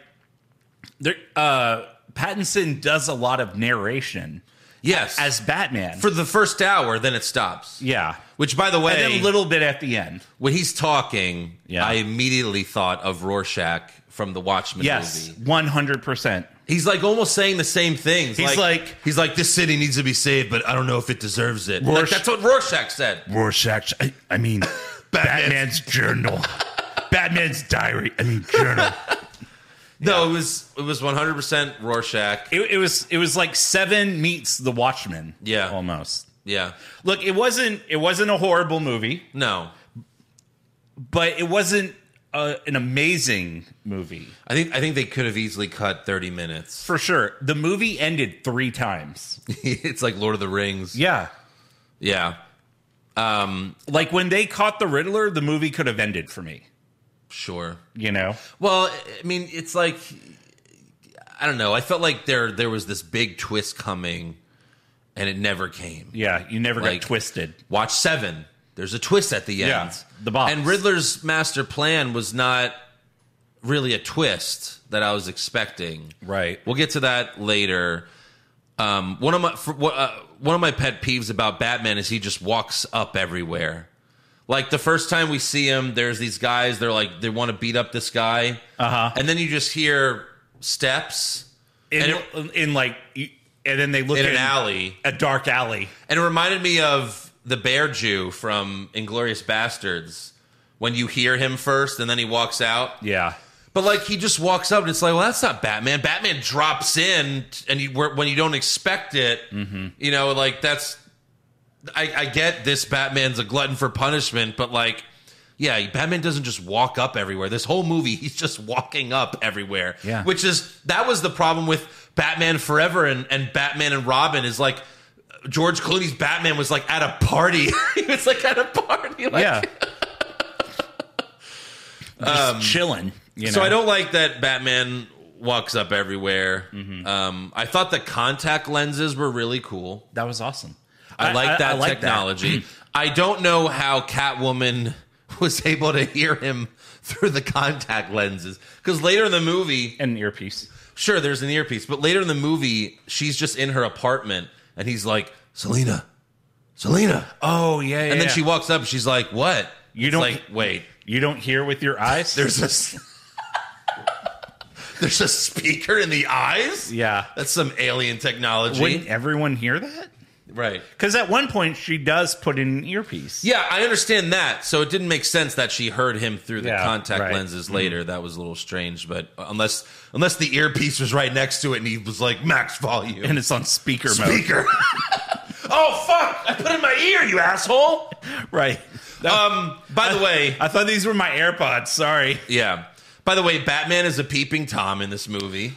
[SPEAKER 4] there, uh, Pattinson does a lot of narration
[SPEAKER 3] yes.
[SPEAKER 4] as Batman.
[SPEAKER 3] for the first hour, then it stops.
[SPEAKER 4] yeah.
[SPEAKER 3] Which, by the way,
[SPEAKER 4] And then a little bit at the end.
[SPEAKER 3] when he's talking,
[SPEAKER 4] Yeah.
[SPEAKER 3] I immediately thought of Rorschach from the Watchmen
[SPEAKER 4] Yes,
[SPEAKER 3] movie.
[SPEAKER 4] one hundred percent.
[SPEAKER 3] He's like almost saying the same things.
[SPEAKER 4] He's like-
[SPEAKER 3] he's like, this city needs to be saved, but I don't know if it deserves it. like,
[SPEAKER 4] Rorsch-
[SPEAKER 3] that's what Rorschach said.
[SPEAKER 5] Rorschach. I, I mean, Batman's journal. Batman's diary. I mean, journal.
[SPEAKER 3] No, it was it was 100 percent Rorschach.
[SPEAKER 4] It, it was it was like Seven meets The Watchmen.
[SPEAKER 3] Yeah.
[SPEAKER 4] almost.
[SPEAKER 3] Yeah.
[SPEAKER 4] Look, it wasn't it wasn't a horrible movie,
[SPEAKER 3] No,
[SPEAKER 4] but it wasn't uh an amazing movie
[SPEAKER 3] I think I think they could have easily cut 30 minutes.
[SPEAKER 4] for sure. The movie ended three times.
[SPEAKER 3] it's like Lord of the Rings.
[SPEAKER 4] Yeah,
[SPEAKER 3] Yeah. Um,
[SPEAKER 4] like when they caught the Riddler, the movie could have ended for me.
[SPEAKER 3] sure.
[SPEAKER 4] You know,
[SPEAKER 3] Well, I mean, it's like I don't know. I felt like there there was this big twist coming, and it never came.
[SPEAKER 4] Yeah, you never
[SPEAKER 3] Like-
[SPEAKER 4] got twisted.
[SPEAKER 3] Watch Seven. There's a twist at the end.
[SPEAKER 4] Yeah, the box.
[SPEAKER 3] And Riddler's master plan was not really a twist that I was expecting.
[SPEAKER 4] Right.
[SPEAKER 3] We'll get to that later. Um, one of my for, what, uh, one of my pet peeves about Batman is he just walks up everywhere. Like the first time we see him, there's these guys. They're like they want to beat up this guy, uh-huh. and then you just hear steps
[SPEAKER 4] In,
[SPEAKER 3] And
[SPEAKER 4] in like, you- and then they look
[SPEAKER 3] in
[SPEAKER 4] at
[SPEAKER 3] an alley.
[SPEAKER 4] a dark alley.
[SPEAKER 3] And it reminded me of the Bear Jew from Inglorious Bastards when you hear him first and then he walks out.
[SPEAKER 4] Yeah,
[SPEAKER 3] But like he just walks up and it's like, well, that's not Batman. Batman drops in and you where- when you don't expect it, you know, like that's. I, I get this Batman's a glutton for punishment, but like, yeah, Batman doesn't just walk up everywhere. This whole movie, he's just walking up everywhere.
[SPEAKER 4] Yeah.
[SPEAKER 3] Which is, that was the problem with Batman Forever and, and Batman and Robin is like, George Clooney's Batman was like at a party. he was like at a party. Like,
[SPEAKER 4] yeah. Just chilling. You know?
[SPEAKER 3] Um, So I don't like that Batman walks up everywhere.
[SPEAKER 4] Mm-hmm.
[SPEAKER 3] Um, I thought the contact lenses were really cool.
[SPEAKER 4] That was awesome.
[SPEAKER 3] I, like that
[SPEAKER 4] like
[SPEAKER 3] technology. I don't know how Catwoman was able to hear him through the contact lenses because later in the movie,
[SPEAKER 4] and an earpiece.
[SPEAKER 3] sure, there's an earpiece, but later in the movie, she's just in her apartment and he's like, "Selena, Selena,"
[SPEAKER 4] Oh yeah,
[SPEAKER 3] and then she walks up. She's like, "What?"
[SPEAKER 4] You
[SPEAKER 3] It's
[SPEAKER 4] don't-
[SPEAKER 3] like wait.
[SPEAKER 4] You don't hear with your eyes.
[SPEAKER 3] There's a s- there's a speaker in the eyes.
[SPEAKER 4] yeah.
[SPEAKER 3] That's some alien technology.
[SPEAKER 4] Wouldn't everyone hear that?
[SPEAKER 3] Right.
[SPEAKER 4] Because at one point she does put in an earpiece.
[SPEAKER 3] Yeah, I understand that. So it didn't make sense that she heard him through the
[SPEAKER 4] Yeah,
[SPEAKER 3] contact
[SPEAKER 4] right. Mm-hmm.
[SPEAKER 3] lenses later. That was a little strange, but unless unless the earpiece was right next to it and he was like max volume.
[SPEAKER 4] and it's on speaker,
[SPEAKER 5] Speaker.
[SPEAKER 3] oh fuck! I put it in my ear, you asshole.
[SPEAKER 4] mode. Right.
[SPEAKER 3] Um by the way,
[SPEAKER 4] I thought these were my AirPods. Sorry.
[SPEAKER 3] yeah. By the way, Batman is a peeping Tom in this movie.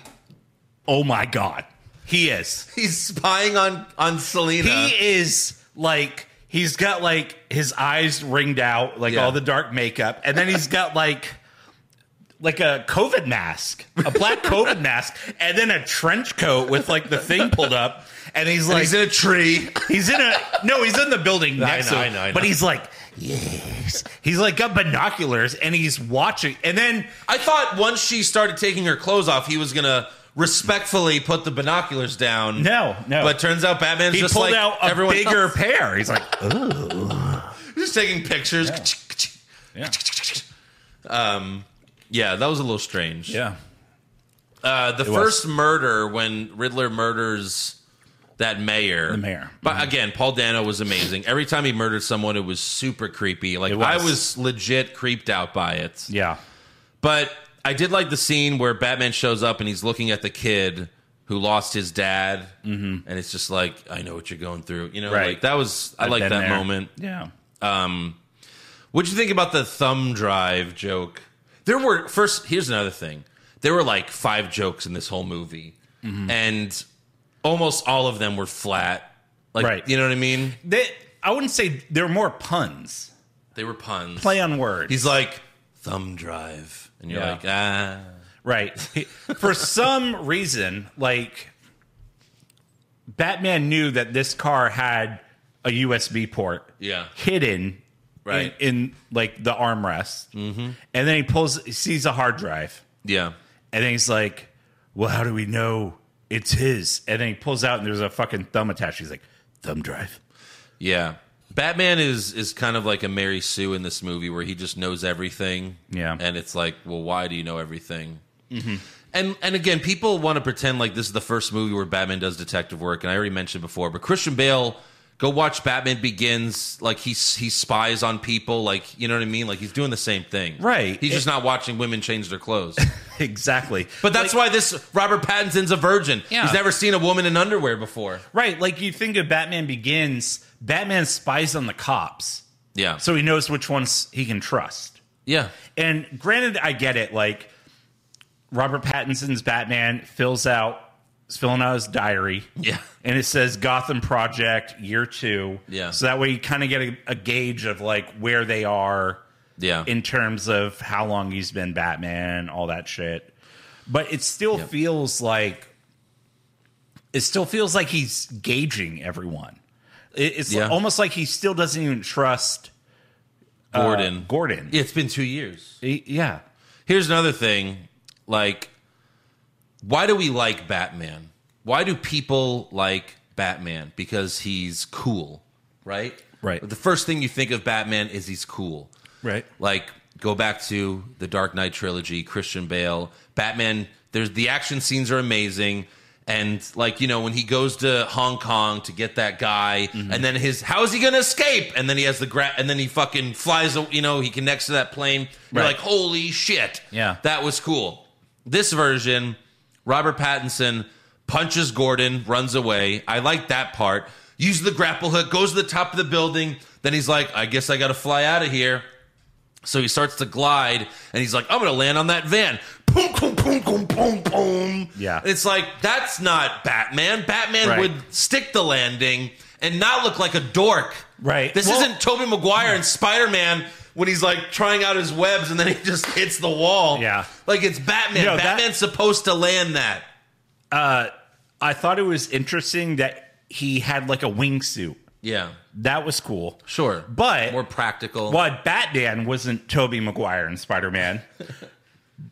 [SPEAKER 4] Oh my god, he is.
[SPEAKER 3] He's spying on on Selena.
[SPEAKER 4] He is like he's got like his eyes ringed out, like
[SPEAKER 3] Yeah.
[SPEAKER 4] all the dark makeup, and then he's got like like a COVID mask, a black COVID mask, and then a trench coat with like the thing pulled up, and he's like
[SPEAKER 3] He's in a tree.
[SPEAKER 4] He's in a no. He's in the building next
[SPEAKER 3] know,
[SPEAKER 4] to
[SPEAKER 3] I
[SPEAKER 4] him,
[SPEAKER 3] know, I know.
[SPEAKER 4] but he's like yes. He's like got binoculars and he's watching. And then
[SPEAKER 3] I thought once she started taking her clothes off, he was gonna respectfully put the binoculars down.
[SPEAKER 4] no, no.
[SPEAKER 3] But turns out Batman's
[SPEAKER 4] he
[SPEAKER 3] just
[SPEAKER 4] pulled
[SPEAKER 3] like
[SPEAKER 4] out a
[SPEAKER 3] everyone
[SPEAKER 4] bigger
[SPEAKER 3] else.
[SPEAKER 4] pair. He's like,
[SPEAKER 3] Just taking pictures.
[SPEAKER 4] yeah,
[SPEAKER 3] Um, yeah, that was a little strange.
[SPEAKER 4] yeah,
[SPEAKER 3] Uh, the first murder when Riddler murders that mayor. The
[SPEAKER 4] mayor. Mm-hmm.
[SPEAKER 3] But again, Paul Dano was amazing. Every time he murdered someone, it was super creepy. Like
[SPEAKER 4] It was.
[SPEAKER 3] I was legit creeped out by it.
[SPEAKER 4] yeah.
[SPEAKER 3] But I did like the scene where Batman shows up and he's looking at the kid who lost his dad, mm-hmm. and it's just like, I know what you're going through. You know,
[SPEAKER 4] Right.
[SPEAKER 3] like that was I like that
[SPEAKER 4] Been there.
[SPEAKER 3] moment.
[SPEAKER 4] Yeah,
[SPEAKER 3] What'd you think about the thumb drive joke? There were first. Here's another thing. There were like five jokes in this whole movie,
[SPEAKER 4] Mm-hmm.
[SPEAKER 3] and almost all of them were flat. Like,
[SPEAKER 4] Right.
[SPEAKER 3] you know what I mean?
[SPEAKER 4] they, I wouldn't say they're more puns,
[SPEAKER 3] They were puns.
[SPEAKER 4] play on words.
[SPEAKER 3] He's like thumb drive, and you're
[SPEAKER 4] Yeah.
[SPEAKER 3] like, ah,
[SPEAKER 4] Right. For some reason, like Batman knew that this car had a USB port
[SPEAKER 3] Yeah.
[SPEAKER 4] hidden
[SPEAKER 3] Right.
[SPEAKER 4] in, in, like the armrest. Mm-hmm. And then he pulls he sees a hard drive.
[SPEAKER 3] yeah.
[SPEAKER 4] And then he's like, Well, how do we know it's his? And then he pulls out and there's a fucking thumb attached. He's like, Thumb drive.
[SPEAKER 3] Yeah. Batman is is kind of like a Mary Sue in this movie where he just knows everything.
[SPEAKER 4] Yeah. Mm-hmm.
[SPEAKER 3] And it's like, well, why do you know everything? And and again, people want to pretend like this is the first movie where Batman does detective work, and I already mentioned before, but Christian Bale go watch Batman Begins, like he s- he spies on people, like you know what I mean? Like he's doing the same thing.
[SPEAKER 4] Right.
[SPEAKER 3] He's just not watching women change their clothes.
[SPEAKER 4] Exactly.
[SPEAKER 3] But that's why this Robert Pattinson's a virgin.
[SPEAKER 4] Yeah.
[SPEAKER 3] He's never seen a woman in underwear before.
[SPEAKER 4] Right. Like you think of Batman begins, Batman spies on the cops.
[SPEAKER 3] Yeah.
[SPEAKER 4] So he knows which ones he can trust.
[SPEAKER 3] yeah.
[SPEAKER 4] And granted, I get it. Like Robert Pattinson's Batman fills out, is filling out his diary.
[SPEAKER 3] Yeah.
[SPEAKER 4] And it says Gotham Project Year Two.
[SPEAKER 3] Yeah.
[SPEAKER 4] So that way you kind of get a, a gauge of like where they are
[SPEAKER 3] Yeah.
[SPEAKER 4] in terms of how long he's been Batman, all that shit. but it still
[SPEAKER 3] Yep.
[SPEAKER 4] feels like it still feels like he's gauging everyone. It, it's
[SPEAKER 3] Yeah.
[SPEAKER 4] almost like he still doesn't even trust
[SPEAKER 3] Gordon.
[SPEAKER 4] uh, Gordon.
[SPEAKER 3] Yeah, it's been two years.
[SPEAKER 4] Y- yeah.
[SPEAKER 3] Here's another thing. Like, why do we like Batman? Why do people like Batman? Because he's cool, right?
[SPEAKER 4] Right.
[SPEAKER 3] The first thing you think of Batman is he's cool.
[SPEAKER 4] Right.
[SPEAKER 3] like go back to the Dark Knight trilogy, Christian Bale, Batman. There's the action scenes are amazing, and like you know when he goes to Hong Kong to get that guy,
[SPEAKER 4] Mm-hmm.
[SPEAKER 3] and then his how is he gonna escape? And then he has the gra- and then he fucking flies. a- You know he connects to that plane. You're
[SPEAKER 4] Right.
[SPEAKER 3] like holy shit,
[SPEAKER 4] Yeah.
[SPEAKER 3] that was cool. This version, Robert Pattinson punches Gordon, runs away. I like that part. Uses the grapple hook, goes to the top of the building. Then he's like, I guess I got to fly out of here. So he starts to glide, and he's like, "I'm gonna land on that van." Boom, boom, boom, boom, boom, boom.
[SPEAKER 4] Yeah.
[SPEAKER 3] And it's like that's not Batman. Batman
[SPEAKER 4] Right.
[SPEAKER 3] would stick the landing and not look like a dork.
[SPEAKER 4] Right.
[SPEAKER 3] This
[SPEAKER 4] Well-
[SPEAKER 3] isn't Toby Maguire and Spider Man when he's like trying out his webs and then he just hits the wall.
[SPEAKER 4] Yeah.
[SPEAKER 3] Like it's Batman.
[SPEAKER 4] Yo, that-
[SPEAKER 3] Batman's supposed to land that.
[SPEAKER 4] Uh, I thought it was interesting that he had like a wingsuit.
[SPEAKER 3] Yeah.
[SPEAKER 4] That was cool.
[SPEAKER 3] Sure.
[SPEAKER 4] But-
[SPEAKER 3] more practical.
[SPEAKER 4] Well, Batman wasn't Toby Maguire in Spider Man.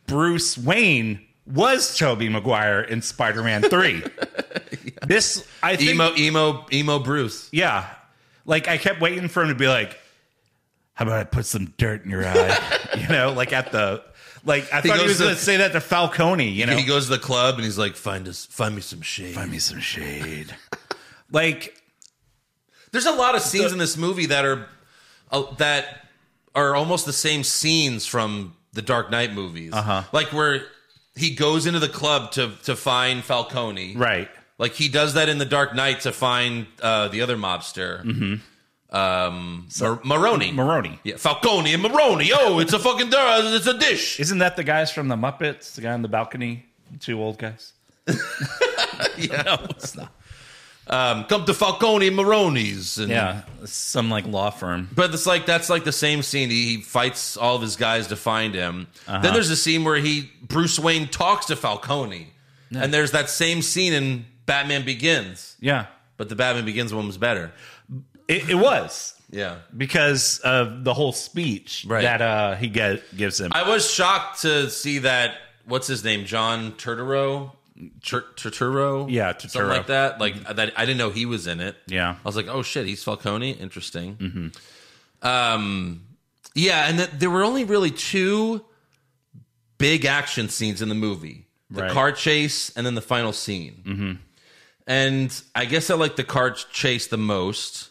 [SPEAKER 4] Bruce Wayne was Toby Maguire in Spider Man 3. This, I think.
[SPEAKER 3] Emo, emo, emo Bruce.
[SPEAKER 4] Yeah. Like, I kept waiting for him to be like, how about I put some dirt in your eye? you know, like at the. Like, I
[SPEAKER 3] He
[SPEAKER 4] thought he
[SPEAKER 3] goes
[SPEAKER 4] was
[SPEAKER 3] to-
[SPEAKER 4] going to say that to Falcone, you know?
[SPEAKER 3] He goes to the club and he's like, "Find us, find me some shade."
[SPEAKER 4] Give me some shade. like,
[SPEAKER 3] There's a lot of scenes in this movie that are uh, that are almost the same scenes from the Dark Knight movies. Uh-huh. Like where he goes into the club to to find Falcone.
[SPEAKER 4] right.
[SPEAKER 3] Like he does that in the Dark Knight to find uh, the other mobster,
[SPEAKER 4] Mm-hmm.
[SPEAKER 3] um, Mar- Maroni.
[SPEAKER 4] Maroney.
[SPEAKER 3] yeah, Falcone and Maroni. Oh, it's a fucking dir- it's a dish.
[SPEAKER 4] Isn't that the guys from the Muppets? The guy on the balcony? The two old guys?
[SPEAKER 3] Um, come to Falcone and Maroni's. And,
[SPEAKER 4] Yeah. Some like law firm.
[SPEAKER 3] But it's like that's like the same scene. He he fights all of his guys to find him. Then there's a scene where he Bruce Wayne talks to Falcone, and there's that same scene in Batman Begins.
[SPEAKER 4] Yeah.
[SPEAKER 3] But the Batman Begins one was better.
[SPEAKER 4] It, it was
[SPEAKER 3] Yeah,
[SPEAKER 4] because of the whole speech
[SPEAKER 3] Right.
[SPEAKER 4] that uh, he get, gives him.
[SPEAKER 3] I was shocked to see that. What's his name? John Turturro. Tur- Turturro.
[SPEAKER 4] Yeah,
[SPEAKER 3] something
[SPEAKER 4] Turturro.
[SPEAKER 3] like that. Like that. I didn't know he was in it.
[SPEAKER 4] Yeah.
[SPEAKER 3] I was like, oh shit, he's Falcone. Interesting.
[SPEAKER 4] Mm-hmm.
[SPEAKER 3] Um, yeah, and th- there were only really two big action scenes in the movie: the
[SPEAKER 4] Right. Mm-hmm.
[SPEAKER 3] car chase and then the final scene. And I guess I like the car ch- chase the most.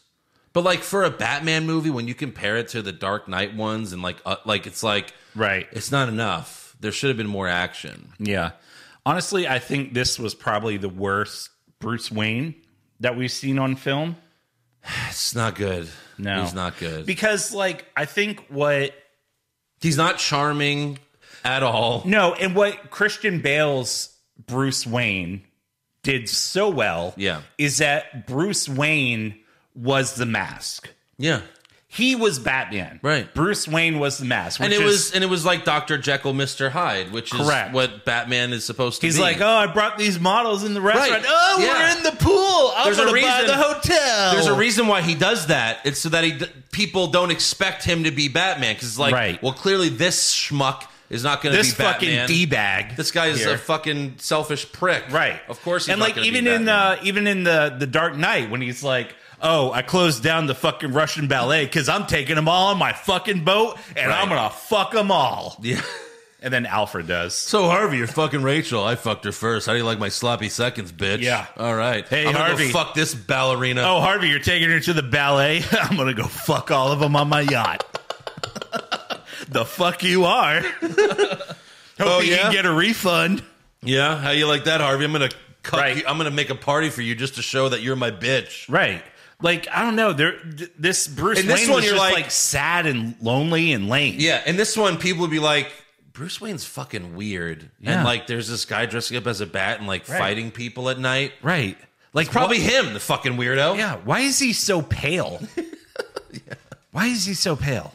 [SPEAKER 3] But like for a Batman movie, when you compare it to the Dark Knight ones, and like uh, like it's like
[SPEAKER 4] right.
[SPEAKER 3] it's not enough. There should have been more action.
[SPEAKER 4] Yeah. Honestly, I think this was probably the worst Bruce Wayne that we've seen on film.
[SPEAKER 3] It's not good.
[SPEAKER 4] No.
[SPEAKER 3] he's not good.
[SPEAKER 4] Because, like, I think what.
[SPEAKER 3] he's not charming at all.
[SPEAKER 4] No, and what Christian Bale's Bruce Wayne did so well
[SPEAKER 3] Yeah.
[SPEAKER 4] is that Bruce Wayne was the mask.
[SPEAKER 3] Yeah,
[SPEAKER 4] He was Batman.
[SPEAKER 3] Right.
[SPEAKER 4] Bruce Wayne was the mask.
[SPEAKER 3] and
[SPEAKER 4] which
[SPEAKER 3] it
[SPEAKER 4] is-
[SPEAKER 3] was and it was like Doctor Jekyll, Mister Hyde, which is
[SPEAKER 4] Correct.
[SPEAKER 3] what Batman is supposed to
[SPEAKER 4] He's
[SPEAKER 3] be.
[SPEAKER 4] like, oh, I brought these models in the restaurant.
[SPEAKER 3] Right.
[SPEAKER 4] Oh,
[SPEAKER 3] Yeah.
[SPEAKER 4] we're in the pool. I'm
[SPEAKER 3] There's a
[SPEAKER 4] gonna buy
[SPEAKER 3] reason-
[SPEAKER 4] the hotel.
[SPEAKER 3] There's a reason why he does that. It's so that he d- people don't expect him to be Batman because it's like,
[SPEAKER 4] Right.
[SPEAKER 3] well, clearly this schmuck is not going to be
[SPEAKER 4] This
[SPEAKER 3] Batman.
[SPEAKER 4] fucking d bag.
[SPEAKER 3] this guy is a fucking selfish prick.
[SPEAKER 4] right.
[SPEAKER 3] Of course. He's
[SPEAKER 4] and
[SPEAKER 3] not
[SPEAKER 4] like
[SPEAKER 3] gonna be
[SPEAKER 4] even in
[SPEAKER 3] Batman.
[SPEAKER 4] uh, even in the the Dark Knight when he's like, oh, I closed down the fucking Russian ballet because I'm taking them all on my fucking boat and
[SPEAKER 3] Right.
[SPEAKER 4] I'm gonna fuck them all.
[SPEAKER 3] yeah.
[SPEAKER 4] And then Alfred does.
[SPEAKER 3] So Harvey, you're fucking Rachel. I fucked her first. How do you like my sloppy seconds, bitch?
[SPEAKER 4] Yeah.
[SPEAKER 3] All right.
[SPEAKER 4] Hey,
[SPEAKER 3] I'm gonna go
[SPEAKER 4] Harvey.
[SPEAKER 3] fuck this ballerina.
[SPEAKER 4] Oh, Harvey, you're taking her to the ballet. I'm gonna go fuck all of them on my yacht. the fuck you are. Hope you
[SPEAKER 3] Oh, yeah?
[SPEAKER 4] can get a refund.
[SPEAKER 3] Yeah, how you like that, Harvey? I'm gonna cut
[SPEAKER 4] Right.
[SPEAKER 3] you- I'm gonna make a party for you just to show that you're my bitch.
[SPEAKER 4] Right. Like I don't know. There, th- this Bruce
[SPEAKER 3] In this
[SPEAKER 4] Wayne
[SPEAKER 3] one,
[SPEAKER 4] was
[SPEAKER 3] you're
[SPEAKER 4] just
[SPEAKER 3] like-
[SPEAKER 4] like, sad and lonely and lame.
[SPEAKER 3] Yeah, and this one, people would be like, Bruce Wayne's fucking weird, and
[SPEAKER 4] Yeah.
[SPEAKER 3] like, there's this guy dressing up as a bat and like fighting people at night.
[SPEAKER 4] Right. Like
[SPEAKER 3] Probably
[SPEAKER 4] wh-
[SPEAKER 3] him, the fucking weirdo.
[SPEAKER 4] yeah. Why is he so pale? Why is he so pale?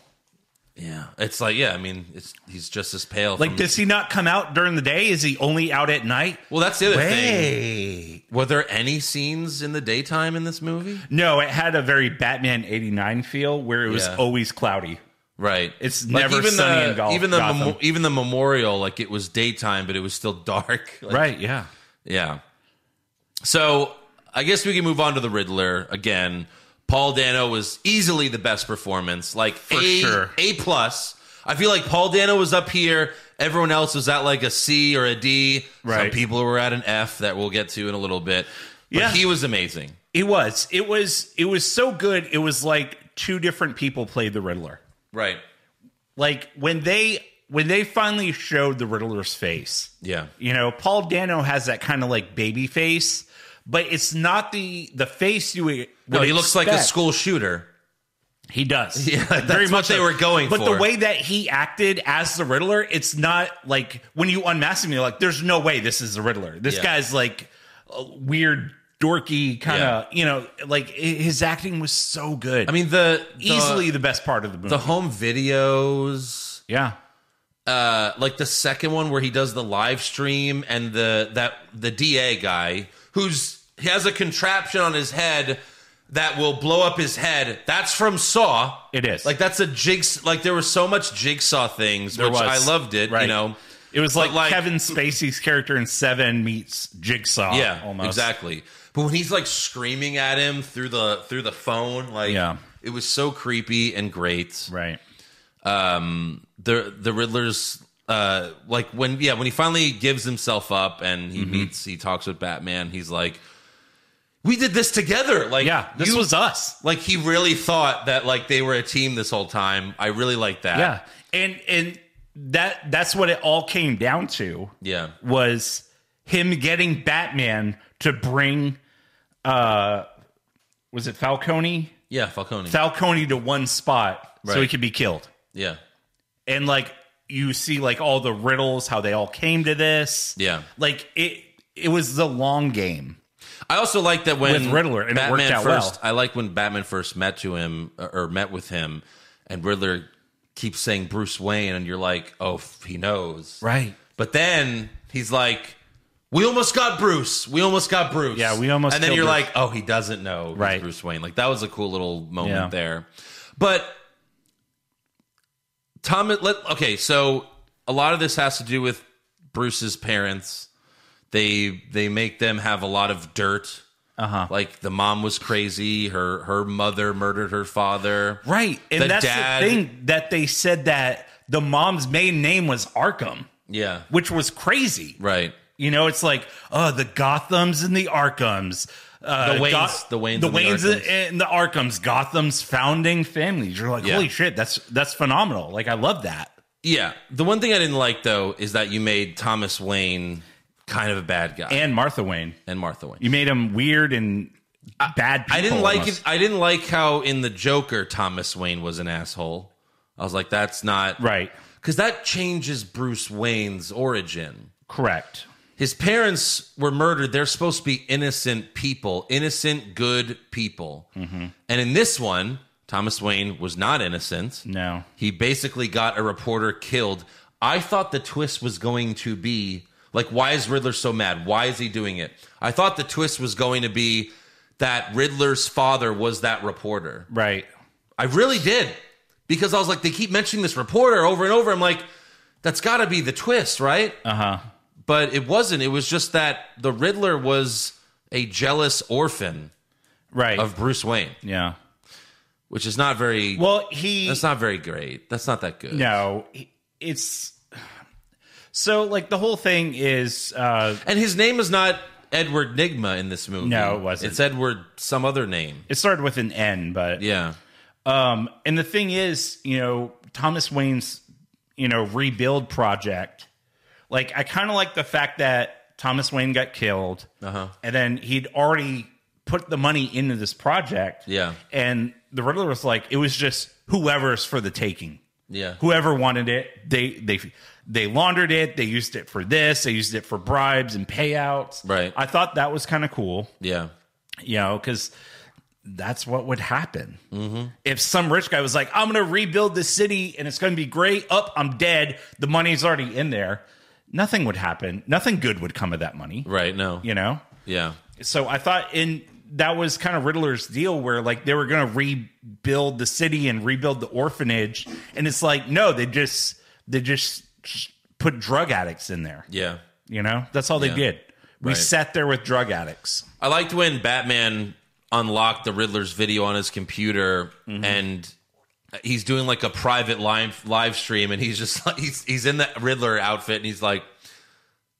[SPEAKER 3] Yeah, it's like yeah. I mean, it's he's just as pale.
[SPEAKER 4] Like,
[SPEAKER 3] from-
[SPEAKER 4] does he not come out during the day? Is he only out at night?
[SPEAKER 3] Well, that's the other thing.
[SPEAKER 4] Wait.
[SPEAKER 3] Were there any scenes in the daytime in this movie?
[SPEAKER 4] No, it had a very Batman 89 feel where it was
[SPEAKER 3] Yeah.
[SPEAKER 4] always cloudy.
[SPEAKER 3] Right.
[SPEAKER 4] It's never sunny
[SPEAKER 3] the,
[SPEAKER 4] in Gol-
[SPEAKER 3] Even the
[SPEAKER 4] Gotham.
[SPEAKER 3] memo- even the memorial, like it was daytime, but it was still dark. Like,
[SPEAKER 4] right, yeah.
[SPEAKER 3] Yeah. So I guess we can move on to the Riddler again. Paul Dano was easily the best performance, like for a,
[SPEAKER 4] sure.
[SPEAKER 3] a plus. I feel like Paul Dano was up here. Everyone else was at like a C or a D. Some
[SPEAKER 4] Right.
[SPEAKER 3] people were at an F that we'll get to in a little bit. But
[SPEAKER 4] Yeah.
[SPEAKER 3] he was amazing.
[SPEAKER 4] It was. It was it was so good. It was like two different people played the Riddler.
[SPEAKER 3] Right.
[SPEAKER 4] Like when they when they finally showed the Riddler's face.
[SPEAKER 3] Yeah.
[SPEAKER 4] You know, Paul Dano has that kind of like baby face, but it's not the the face you would
[SPEAKER 3] No, he looks like a
[SPEAKER 4] expect.
[SPEAKER 3] school shooter.
[SPEAKER 4] He does.
[SPEAKER 3] Yeah, that's what they
[SPEAKER 4] so.
[SPEAKER 3] were going
[SPEAKER 4] but
[SPEAKER 3] for.
[SPEAKER 4] the way that he acted as the Riddler, it's not like when you unmask him, you're like, there's no way this is the Riddler. This
[SPEAKER 3] Yeah.
[SPEAKER 4] guy's like a weird, dorky kind of, you know, like i- his acting was so good.
[SPEAKER 3] I mean, the,
[SPEAKER 4] easily
[SPEAKER 3] the,
[SPEAKER 4] the best part of the movie.
[SPEAKER 3] the home videos.
[SPEAKER 4] yeah.
[SPEAKER 3] uh, like the second one where he does the live stream and the that the DA guy who's he has a contraption on his head that will blow up his head. That's from Saw.
[SPEAKER 4] It is.
[SPEAKER 3] like that's a jigs. Like there was so much jigsaw things, which
[SPEAKER 4] was.
[SPEAKER 3] I loved it. You
[SPEAKER 4] Right.
[SPEAKER 3] know,
[SPEAKER 4] It was like,
[SPEAKER 3] like-
[SPEAKER 4] Kevin Spacey's character in Seven meets Jigsaw.
[SPEAKER 3] yeah,
[SPEAKER 4] Uh, almost.
[SPEAKER 3] exactly. But when he's like screaming at him through the through the phone, like
[SPEAKER 4] Yeah.
[SPEAKER 3] it was so creepy and great.
[SPEAKER 4] Right.
[SPEAKER 3] um the the riddler's uh like when yeah when he finally gives himself up and
[SPEAKER 4] Mm-hmm.
[SPEAKER 3] he meets he talks with batman he's like we did this together like
[SPEAKER 4] Yeah. This
[SPEAKER 3] you-
[SPEAKER 4] was us.
[SPEAKER 3] like he really thought that like they were a team this whole time i really like that
[SPEAKER 4] Yeah. And, and, that that's what it all came down to.
[SPEAKER 3] yeah
[SPEAKER 4] was him getting Batman to bring uh was it Falcone?
[SPEAKER 3] yeah falcone
[SPEAKER 4] Falcone to one spot so he
[SPEAKER 3] Right.
[SPEAKER 4] could be killed.
[SPEAKER 3] yeah
[SPEAKER 4] And like you see like all the riddles, how they all came to this.
[SPEAKER 3] Yeah.
[SPEAKER 4] Like it it was the long game.
[SPEAKER 3] I also like that when
[SPEAKER 4] With Riddler, and it
[SPEAKER 3] Batman
[SPEAKER 4] worked out
[SPEAKER 3] first.
[SPEAKER 4] well.
[SPEAKER 3] I like when Batman first met to him uh, or, or met with him, and Riddler keeps saying Bruce Wayne, and you're like, oh, f- he knows,
[SPEAKER 4] Right.
[SPEAKER 3] But then he's like, we almost got Bruce. We almost got Bruce.
[SPEAKER 4] Yeah, we almost
[SPEAKER 3] And then
[SPEAKER 4] killed
[SPEAKER 3] you're
[SPEAKER 4] Bruce.
[SPEAKER 3] like, oh, he doesn't know, he's
[SPEAKER 4] Right.
[SPEAKER 3] Bruce Wayne. Like that was a cool little moment
[SPEAKER 4] Yeah.
[SPEAKER 3] there, but. Tom, let, okay, so a lot of this has to do with Bruce's parents. They they make them have a lot of dirt. Uh-huh. Like the mom was crazy. Her her mother murdered her father.
[SPEAKER 4] Right. And
[SPEAKER 3] The
[SPEAKER 4] that's
[SPEAKER 3] dad-
[SPEAKER 4] the thing that they said that the mom's main name was Arkham,
[SPEAKER 3] Yeah.
[SPEAKER 4] which was crazy.
[SPEAKER 3] Right.
[SPEAKER 4] You know, it's like, oh, the Gothams and the Arkhams. Uh,
[SPEAKER 3] The Waynes- the Waynes and
[SPEAKER 4] the
[SPEAKER 3] the
[SPEAKER 4] Waynes
[SPEAKER 3] Arkhams.
[SPEAKER 4] and the Arkhams, Gotham's founding families. You're like,
[SPEAKER 3] Yeah.
[SPEAKER 4] holy shit, that's that's phenomenal. Like, I love that.
[SPEAKER 3] Yeah. The one thing I didn't like though is that you made Thomas Wayne kind of a bad guy
[SPEAKER 4] And Martha Wayne,
[SPEAKER 3] and Martha Wayne.
[SPEAKER 4] you made him weird and bad. People
[SPEAKER 3] I didn't like
[SPEAKER 4] almost.
[SPEAKER 3] it. I didn't like how in the Joker Thomas Wayne was an asshole. I was like, that's not
[SPEAKER 4] Right,
[SPEAKER 3] because that changes Bruce Wayne's origin.
[SPEAKER 4] correct.
[SPEAKER 3] His parents were murdered. They're supposed to be innocent people, innocent, good people.
[SPEAKER 4] Mm-hmm.
[SPEAKER 3] And in this one, Thomas Wayne was not innocent.
[SPEAKER 4] No,
[SPEAKER 3] He basically got a reporter killed. I thought the twist was going to be like, why is Riddler so mad? Why is he doing it? I thought the twist was going to be that Riddler's father was that reporter.
[SPEAKER 4] right.
[SPEAKER 3] I really did because I was like, they keep mentioning this reporter over and over. I'm like, that's got to be the twist, right? Uh huh. But it wasn't. It was just that the Riddler was a jealous orphan
[SPEAKER 4] Right.
[SPEAKER 3] of Bruce Wayne,
[SPEAKER 4] yeah.
[SPEAKER 3] which is not very.
[SPEAKER 4] Well, he
[SPEAKER 3] that's not very great. That's not that good.
[SPEAKER 4] no. he- It's so like the whole thing is uh
[SPEAKER 3] And his name is not Edward Nigma in this movie.
[SPEAKER 4] No, it wasn't.
[SPEAKER 3] It's Edward some other name.
[SPEAKER 4] it started with an N, but
[SPEAKER 3] Yeah.
[SPEAKER 4] Um, and the thing is, you know, Thomas Wayne's, you know, rebuild project. Like, I kind of like the fact that Thomas Wayne got killed, uh-huh. and then he'd already put the money into this project.
[SPEAKER 3] Yeah.
[SPEAKER 4] and the Riddler was like, it was just whoever's for the taking.
[SPEAKER 3] Yeah.
[SPEAKER 4] Whoever wanted it, they they they laundered it. They used it for this. They used it for bribes and payouts.
[SPEAKER 3] Right.
[SPEAKER 4] I thought that was kind of cool
[SPEAKER 3] Yeah.
[SPEAKER 4] you know, because that's what would happen.
[SPEAKER 3] Mm-hmm.
[SPEAKER 4] If some rich guy was like, I'm going to rebuild the city and it's going to be great. Up, I'm dead. The money's already in there. Nothing would happen. Nothing good would come of that money,
[SPEAKER 3] Right? No.
[SPEAKER 4] you know?
[SPEAKER 3] Yeah.
[SPEAKER 4] So I thought in that was kind of Riddler's deal where like they were going to rebuild the city and rebuild the orphanage. And it's like, no, they just, they just put drug addicts in there.
[SPEAKER 3] Yeah.
[SPEAKER 4] You know, that's all
[SPEAKER 3] Yeah.
[SPEAKER 4] they did. We
[SPEAKER 3] Right.
[SPEAKER 4] sat there with drug addicts.
[SPEAKER 3] I liked when Batman unlocked the Riddler's video on his computer
[SPEAKER 4] Mm-hmm.
[SPEAKER 3] and he's doing like a private live live stream and he's just like he's he's in the Riddler outfit and he's like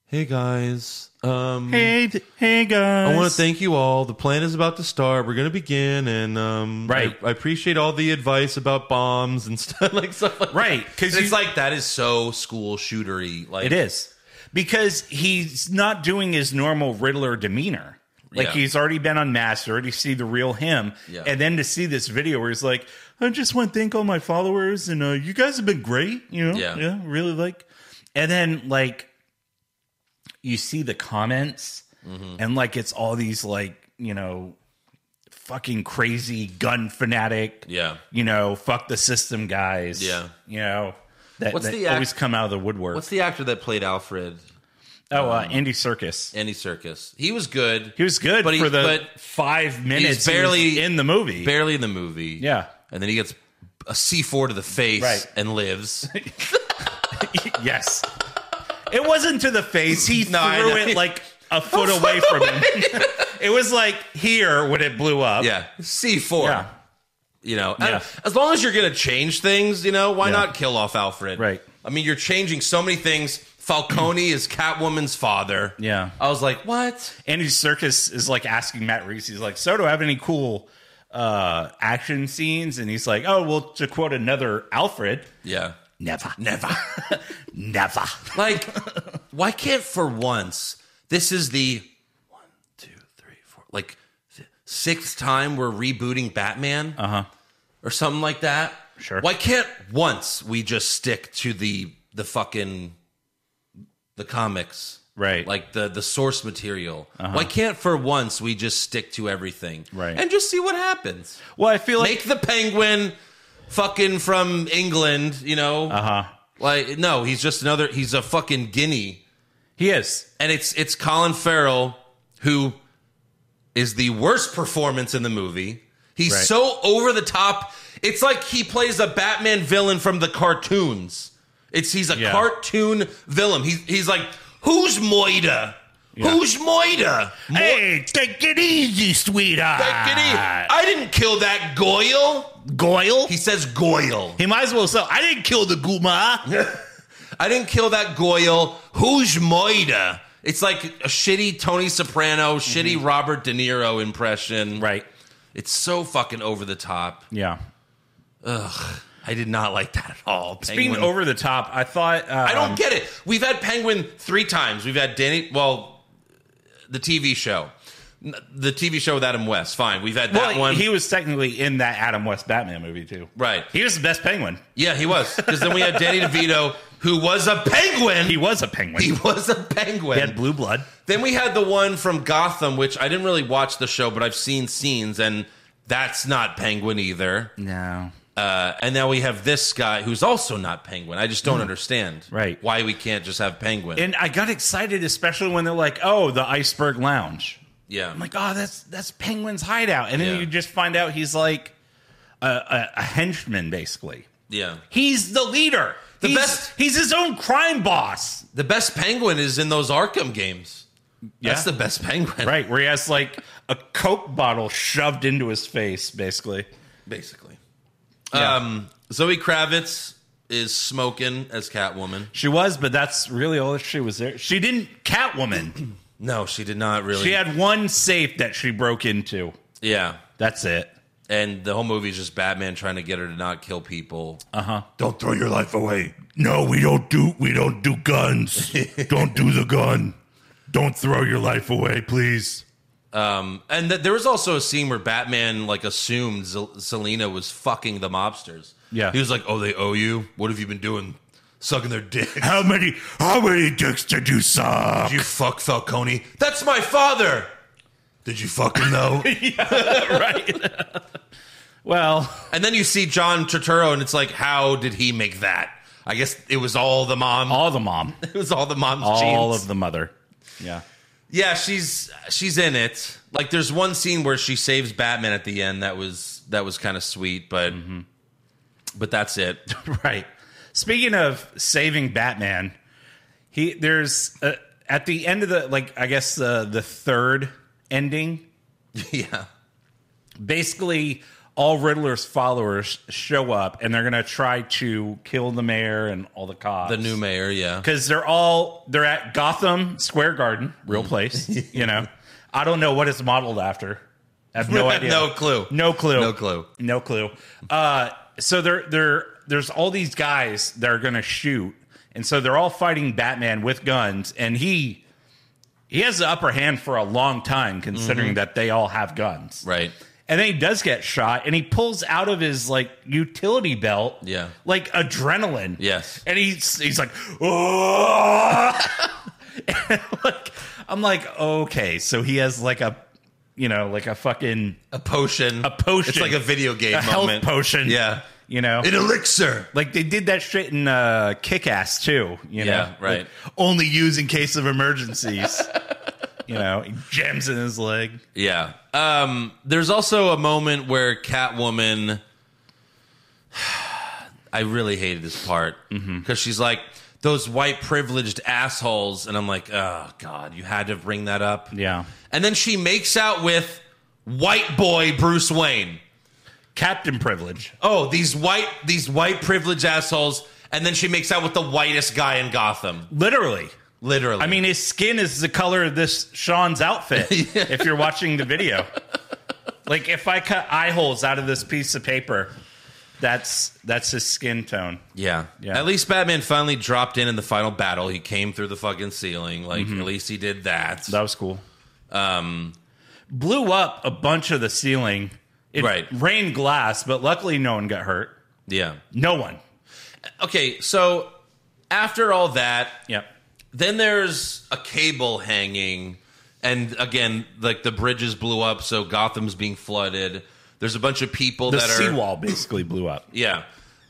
[SPEAKER 3] Hey guys, um
[SPEAKER 4] Hey, hey guys.
[SPEAKER 3] I want to thank you all. The plan is about to start. We're going to begin and um
[SPEAKER 4] Right.
[SPEAKER 3] I, I appreciate all the advice about bombs and stuff like stuff like
[SPEAKER 4] Right, 'cause
[SPEAKER 3] Cuz
[SPEAKER 4] you-
[SPEAKER 3] it's like that is so school shootery like
[SPEAKER 4] It is because he's not doing his normal Riddler demeanor. Like
[SPEAKER 3] Yeah.
[SPEAKER 4] he's already been unmasked, already see the real him,
[SPEAKER 3] Yeah.
[SPEAKER 4] and then to see this video where he's like, "I just want to thank all my followers, and uh, you guys have been great, you know,
[SPEAKER 3] Yeah.
[SPEAKER 4] really like." And then like you see the comments,
[SPEAKER 3] Mm-hmm.
[SPEAKER 4] and like it's all these like you know fucking crazy gun fanatic,
[SPEAKER 3] Yeah.
[SPEAKER 4] you know, fuck the system guys,
[SPEAKER 3] Yeah.
[SPEAKER 4] you know. That,
[SPEAKER 3] What's
[SPEAKER 4] that
[SPEAKER 3] the act-
[SPEAKER 4] always come out of the woodwork.
[SPEAKER 3] What's the actor that played Alfred? Um,
[SPEAKER 4] Oh, uh, Andy Circus.
[SPEAKER 3] Andy Circus. He was good.
[SPEAKER 4] He was good
[SPEAKER 3] But he-
[SPEAKER 4] for the
[SPEAKER 3] but
[SPEAKER 4] five minutes.
[SPEAKER 3] barely-
[SPEAKER 4] he was in the movie.
[SPEAKER 3] barely in the movie.
[SPEAKER 4] Yeah.
[SPEAKER 3] And then he gets a C4 to the face
[SPEAKER 4] Right.
[SPEAKER 3] and lives.
[SPEAKER 4] yes, it wasn't to the face. He
[SPEAKER 3] I
[SPEAKER 4] threw
[SPEAKER 3] know.
[SPEAKER 4] it like a foot away from him. it was like here when it blew up.
[SPEAKER 3] yeah. C4.
[SPEAKER 4] yeah,
[SPEAKER 3] You know,
[SPEAKER 4] Yeah.
[SPEAKER 3] as long as you're going to change things, you know, why
[SPEAKER 4] Yeah.
[SPEAKER 3] not kill off Alfred?
[SPEAKER 4] Right.
[SPEAKER 3] I mean, you're changing so many things. Falcone is Catwoman's father.
[SPEAKER 4] Yeah.
[SPEAKER 3] I was like, what?
[SPEAKER 4] Andy Circus is like asking Matt Reeves. He's like, "So do I have any cool uh, action scenes?" And he's like, "Oh, well, to quote another Alfred,
[SPEAKER 3] Yeah.
[SPEAKER 4] never,
[SPEAKER 3] Never.
[SPEAKER 4] never."
[SPEAKER 3] like, why can't for once this is the one, two, three, four, like th- sixth time we're rebooting Batman? Uh huh. Or something like that.
[SPEAKER 4] Uh-huh. Sure.
[SPEAKER 3] Why can't once we just stick to the the fucking the comics?
[SPEAKER 4] Right. Uh-huh.
[SPEAKER 3] Like the the source material. Why can't for once we just stick to everything?
[SPEAKER 4] Right.
[SPEAKER 3] And just see what happens.
[SPEAKER 4] Well, I feel like
[SPEAKER 3] Make the penguin fucking from England, you know. Uh-huh. Like no, he's just another he's a fucking guinea
[SPEAKER 4] he is.
[SPEAKER 3] and it's it's Colin Farrell who is the worst performance in the movie. He's
[SPEAKER 4] Right.
[SPEAKER 3] so over the top. It's like he plays a Batman villain from the cartoons. It's he's a
[SPEAKER 4] Yeah.
[SPEAKER 3] cartoon villain. He's he's like who's Moida? Who's Moida? Mo-
[SPEAKER 4] Hey, take it easy, sweetheart.
[SPEAKER 3] Take it easy. I didn't kill that Goyle.
[SPEAKER 4] Goyle.
[SPEAKER 3] He says Goyle.
[SPEAKER 4] He might as well sell. I didn't kill the Guma.
[SPEAKER 3] I didn't kill that Goyle. Who's Moida? It's like a shitty Tony Soprano, shitty Robert De Niro impression.
[SPEAKER 4] Mm-hmm. Right.
[SPEAKER 3] It's so fucking over the top.
[SPEAKER 4] Yeah.
[SPEAKER 3] I did not like that at all.
[SPEAKER 4] Being
[SPEAKER 3] Penguin-
[SPEAKER 4] over the top, I thought. Um,
[SPEAKER 3] I don't get it. We've had Penguin three times. We've had Danny. Well, the TV show, N- the TV show with Adam West. Fine. We've had that
[SPEAKER 4] Well,
[SPEAKER 3] one.
[SPEAKER 4] he was technically in that Adam West Batman movie too.
[SPEAKER 3] Right.
[SPEAKER 4] He was the best penguin.
[SPEAKER 3] yeah, he was. Because then we had Danny DeVito, who was a penguin.
[SPEAKER 4] He
[SPEAKER 3] He,
[SPEAKER 4] was a penguin. He,
[SPEAKER 3] was a penguin.
[SPEAKER 4] had blue blood.
[SPEAKER 3] Then we had the one from Gotham, which I didn't really watch the show, but I've seen scenes, and that's not Penguin either.
[SPEAKER 4] No.
[SPEAKER 3] Uh, and now we have this guy who's also not Penguin. I just don't understand
[SPEAKER 4] Mm. Right.
[SPEAKER 3] why we can't just have Penguin.
[SPEAKER 4] And I got excited, especially when they're like, "Oh, the Iceberg Lounge."
[SPEAKER 3] yeah,
[SPEAKER 4] I'm like, "Oh, that's that's Penguin's hideout," and then
[SPEAKER 3] Yeah.
[SPEAKER 4] you just find out he's like a, a, a henchman, basically.
[SPEAKER 3] yeah.
[SPEAKER 4] He's the leader.
[SPEAKER 3] The
[SPEAKER 4] he's,
[SPEAKER 3] best-
[SPEAKER 4] He's his own crime boss.
[SPEAKER 3] The best Penguin is in those Arkham games. That's
[SPEAKER 4] Yeah.
[SPEAKER 3] the best Penguin,
[SPEAKER 4] Right, where he has like a Coke bottle shoved into his face, basically.
[SPEAKER 3] Basically. Um, Zoe Kravitz is smoking as Catwoman.
[SPEAKER 4] She was, but that's really all she was there. She didn't Catwoman.
[SPEAKER 3] No, she did not really.
[SPEAKER 4] she had one safe that she broke into.
[SPEAKER 3] yeah.
[SPEAKER 4] That's it.
[SPEAKER 3] And the whole movie is just Batman trying to get her to not kill people.
[SPEAKER 5] Don't throw your life away. No, we don't do we don't do guns. don't do the gun. Don't throw your life away, please.
[SPEAKER 3] Um, and th- there was also a scene where Batman like assumed Zel- Selena was fucking the mobsters.
[SPEAKER 4] Yeah.
[SPEAKER 3] he was like, "Oh, they owe you. What have you been doing? Sucking their dick?
[SPEAKER 5] How many how many dicks did you suck?
[SPEAKER 3] you fuck Falcone. That's my father.
[SPEAKER 5] Did you fucking know?
[SPEAKER 4] Well,
[SPEAKER 3] And then you see John Turturro, and it's like, how did he make that? I guess it was all the mom.
[SPEAKER 4] all the mom,
[SPEAKER 3] it was all the mom's
[SPEAKER 4] all
[SPEAKER 3] genes.
[SPEAKER 4] of the mother. Yeah.
[SPEAKER 3] Yeah, she's she's in it. Like there's one scene where she saves Batman at the end that was that was kind of sweet, but
[SPEAKER 4] Mm-hmm.
[SPEAKER 3] but that's it.
[SPEAKER 4] Right. Speaking of saving Batman, he there's uh, at the end of the like I guess uh, the third ending,
[SPEAKER 3] yeah.
[SPEAKER 4] basically all Riddler's followers show up and they're going to try to kill the mayor and all the cops.
[SPEAKER 3] The new mayor, yeah.
[SPEAKER 4] cuz they're all they're at Gotham Square Garden,
[SPEAKER 3] Mm.
[SPEAKER 4] real place, you know. I don't know what it's modeled after. I have no idea.
[SPEAKER 3] no clue.
[SPEAKER 4] No clue.
[SPEAKER 3] No clue.
[SPEAKER 4] No clue. Uh, so there, there, there's all these guys that are going to shoot, and so they're all fighting Batman with guns, and he, he has the upper hand for a long time, considering that they all have guns.
[SPEAKER 3] Mm-hmm. Right.
[SPEAKER 4] And then he does get shot, and he pulls out of his like utility belt,
[SPEAKER 3] Yeah.
[SPEAKER 4] like adrenaline,
[SPEAKER 3] Yes.
[SPEAKER 4] and he's he's like, oh, And, like I'm like, okay, so he has like a, you know, like a fucking
[SPEAKER 3] A potion.
[SPEAKER 4] A potion.
[SPEAKER 3] It's like a video game
[SPEAKER 4] a health
[SPEAKER 3] moment.
[SPEAKER 4] potion.
[SPEAKER 3] Yeah.
[SPEAKER 4] You know?
[SPEAKER 5] An elixir.
[SPEAKER 4] like they did that shit in uh kick ass too, you know.
[SPEAKER 3] Yeah, right.
[SPEAKER 4] Like, only use in case of emergencies. you know, he gems in his leg.
[SPEAKER 3] Yeah. Um, there's also a moment where Catwoman. I really hated this part because
[SPEAKER 4] Mm-hmm.
[SPEAKER 3] she's like those white privileged assholes, and I'm like, oh god, you had to bring that up.
[SPEAKER 4] Yeah.
[SPEAKER 3] And then she makes out with white boy Bruce Wayne.
[SPEAKER 4] Captain privilege.
[SPEAKER 3] Oh, these white these white privileged assholes. And then she makes out with the whitest guy in Gotham.
[SPEAKER 4] Literally.
[SPEAKER 3] Literally.
[SPEAKER 4] I mean, his skin is the color of this Sean's outfit if you're watching the video. like if I cut eye holes out of this piece of paper, that's that's his skin tone.
[SPEAKER 3] Yeah.
[SPEAKER 4] Yeah.
[SPEAKER 3] At least Batman finally dropped in in the final battle. He came through the fucking ceiling. Like,
[SPEAKER 4] Mm-hmm.
[SPEAKER 3] at least he did that.
[SPEAKER 4] That was cool. Um, blew up a bunch of the ceiling. It
[SPEAKER 3] Right.
[SPEAKER 4] rained glass, but luckily no one got hurt.
[SPEAKER 3] Yeah.
[SPEAKER 4] No one.
[SPEAKER 3] Okay, so after all that,
[SPEAKER 4] Yep.
[SPEAKER 3] then there's a cable hanging. And again, like the bridges blew up, so Gotham's being flooded. There's a bunch of people
[SPEAKER 4] The
[SPEAKER 3] that are.
[SPEAKER 4] seawall basically blew up.
[SPEAKER 3] Yeah.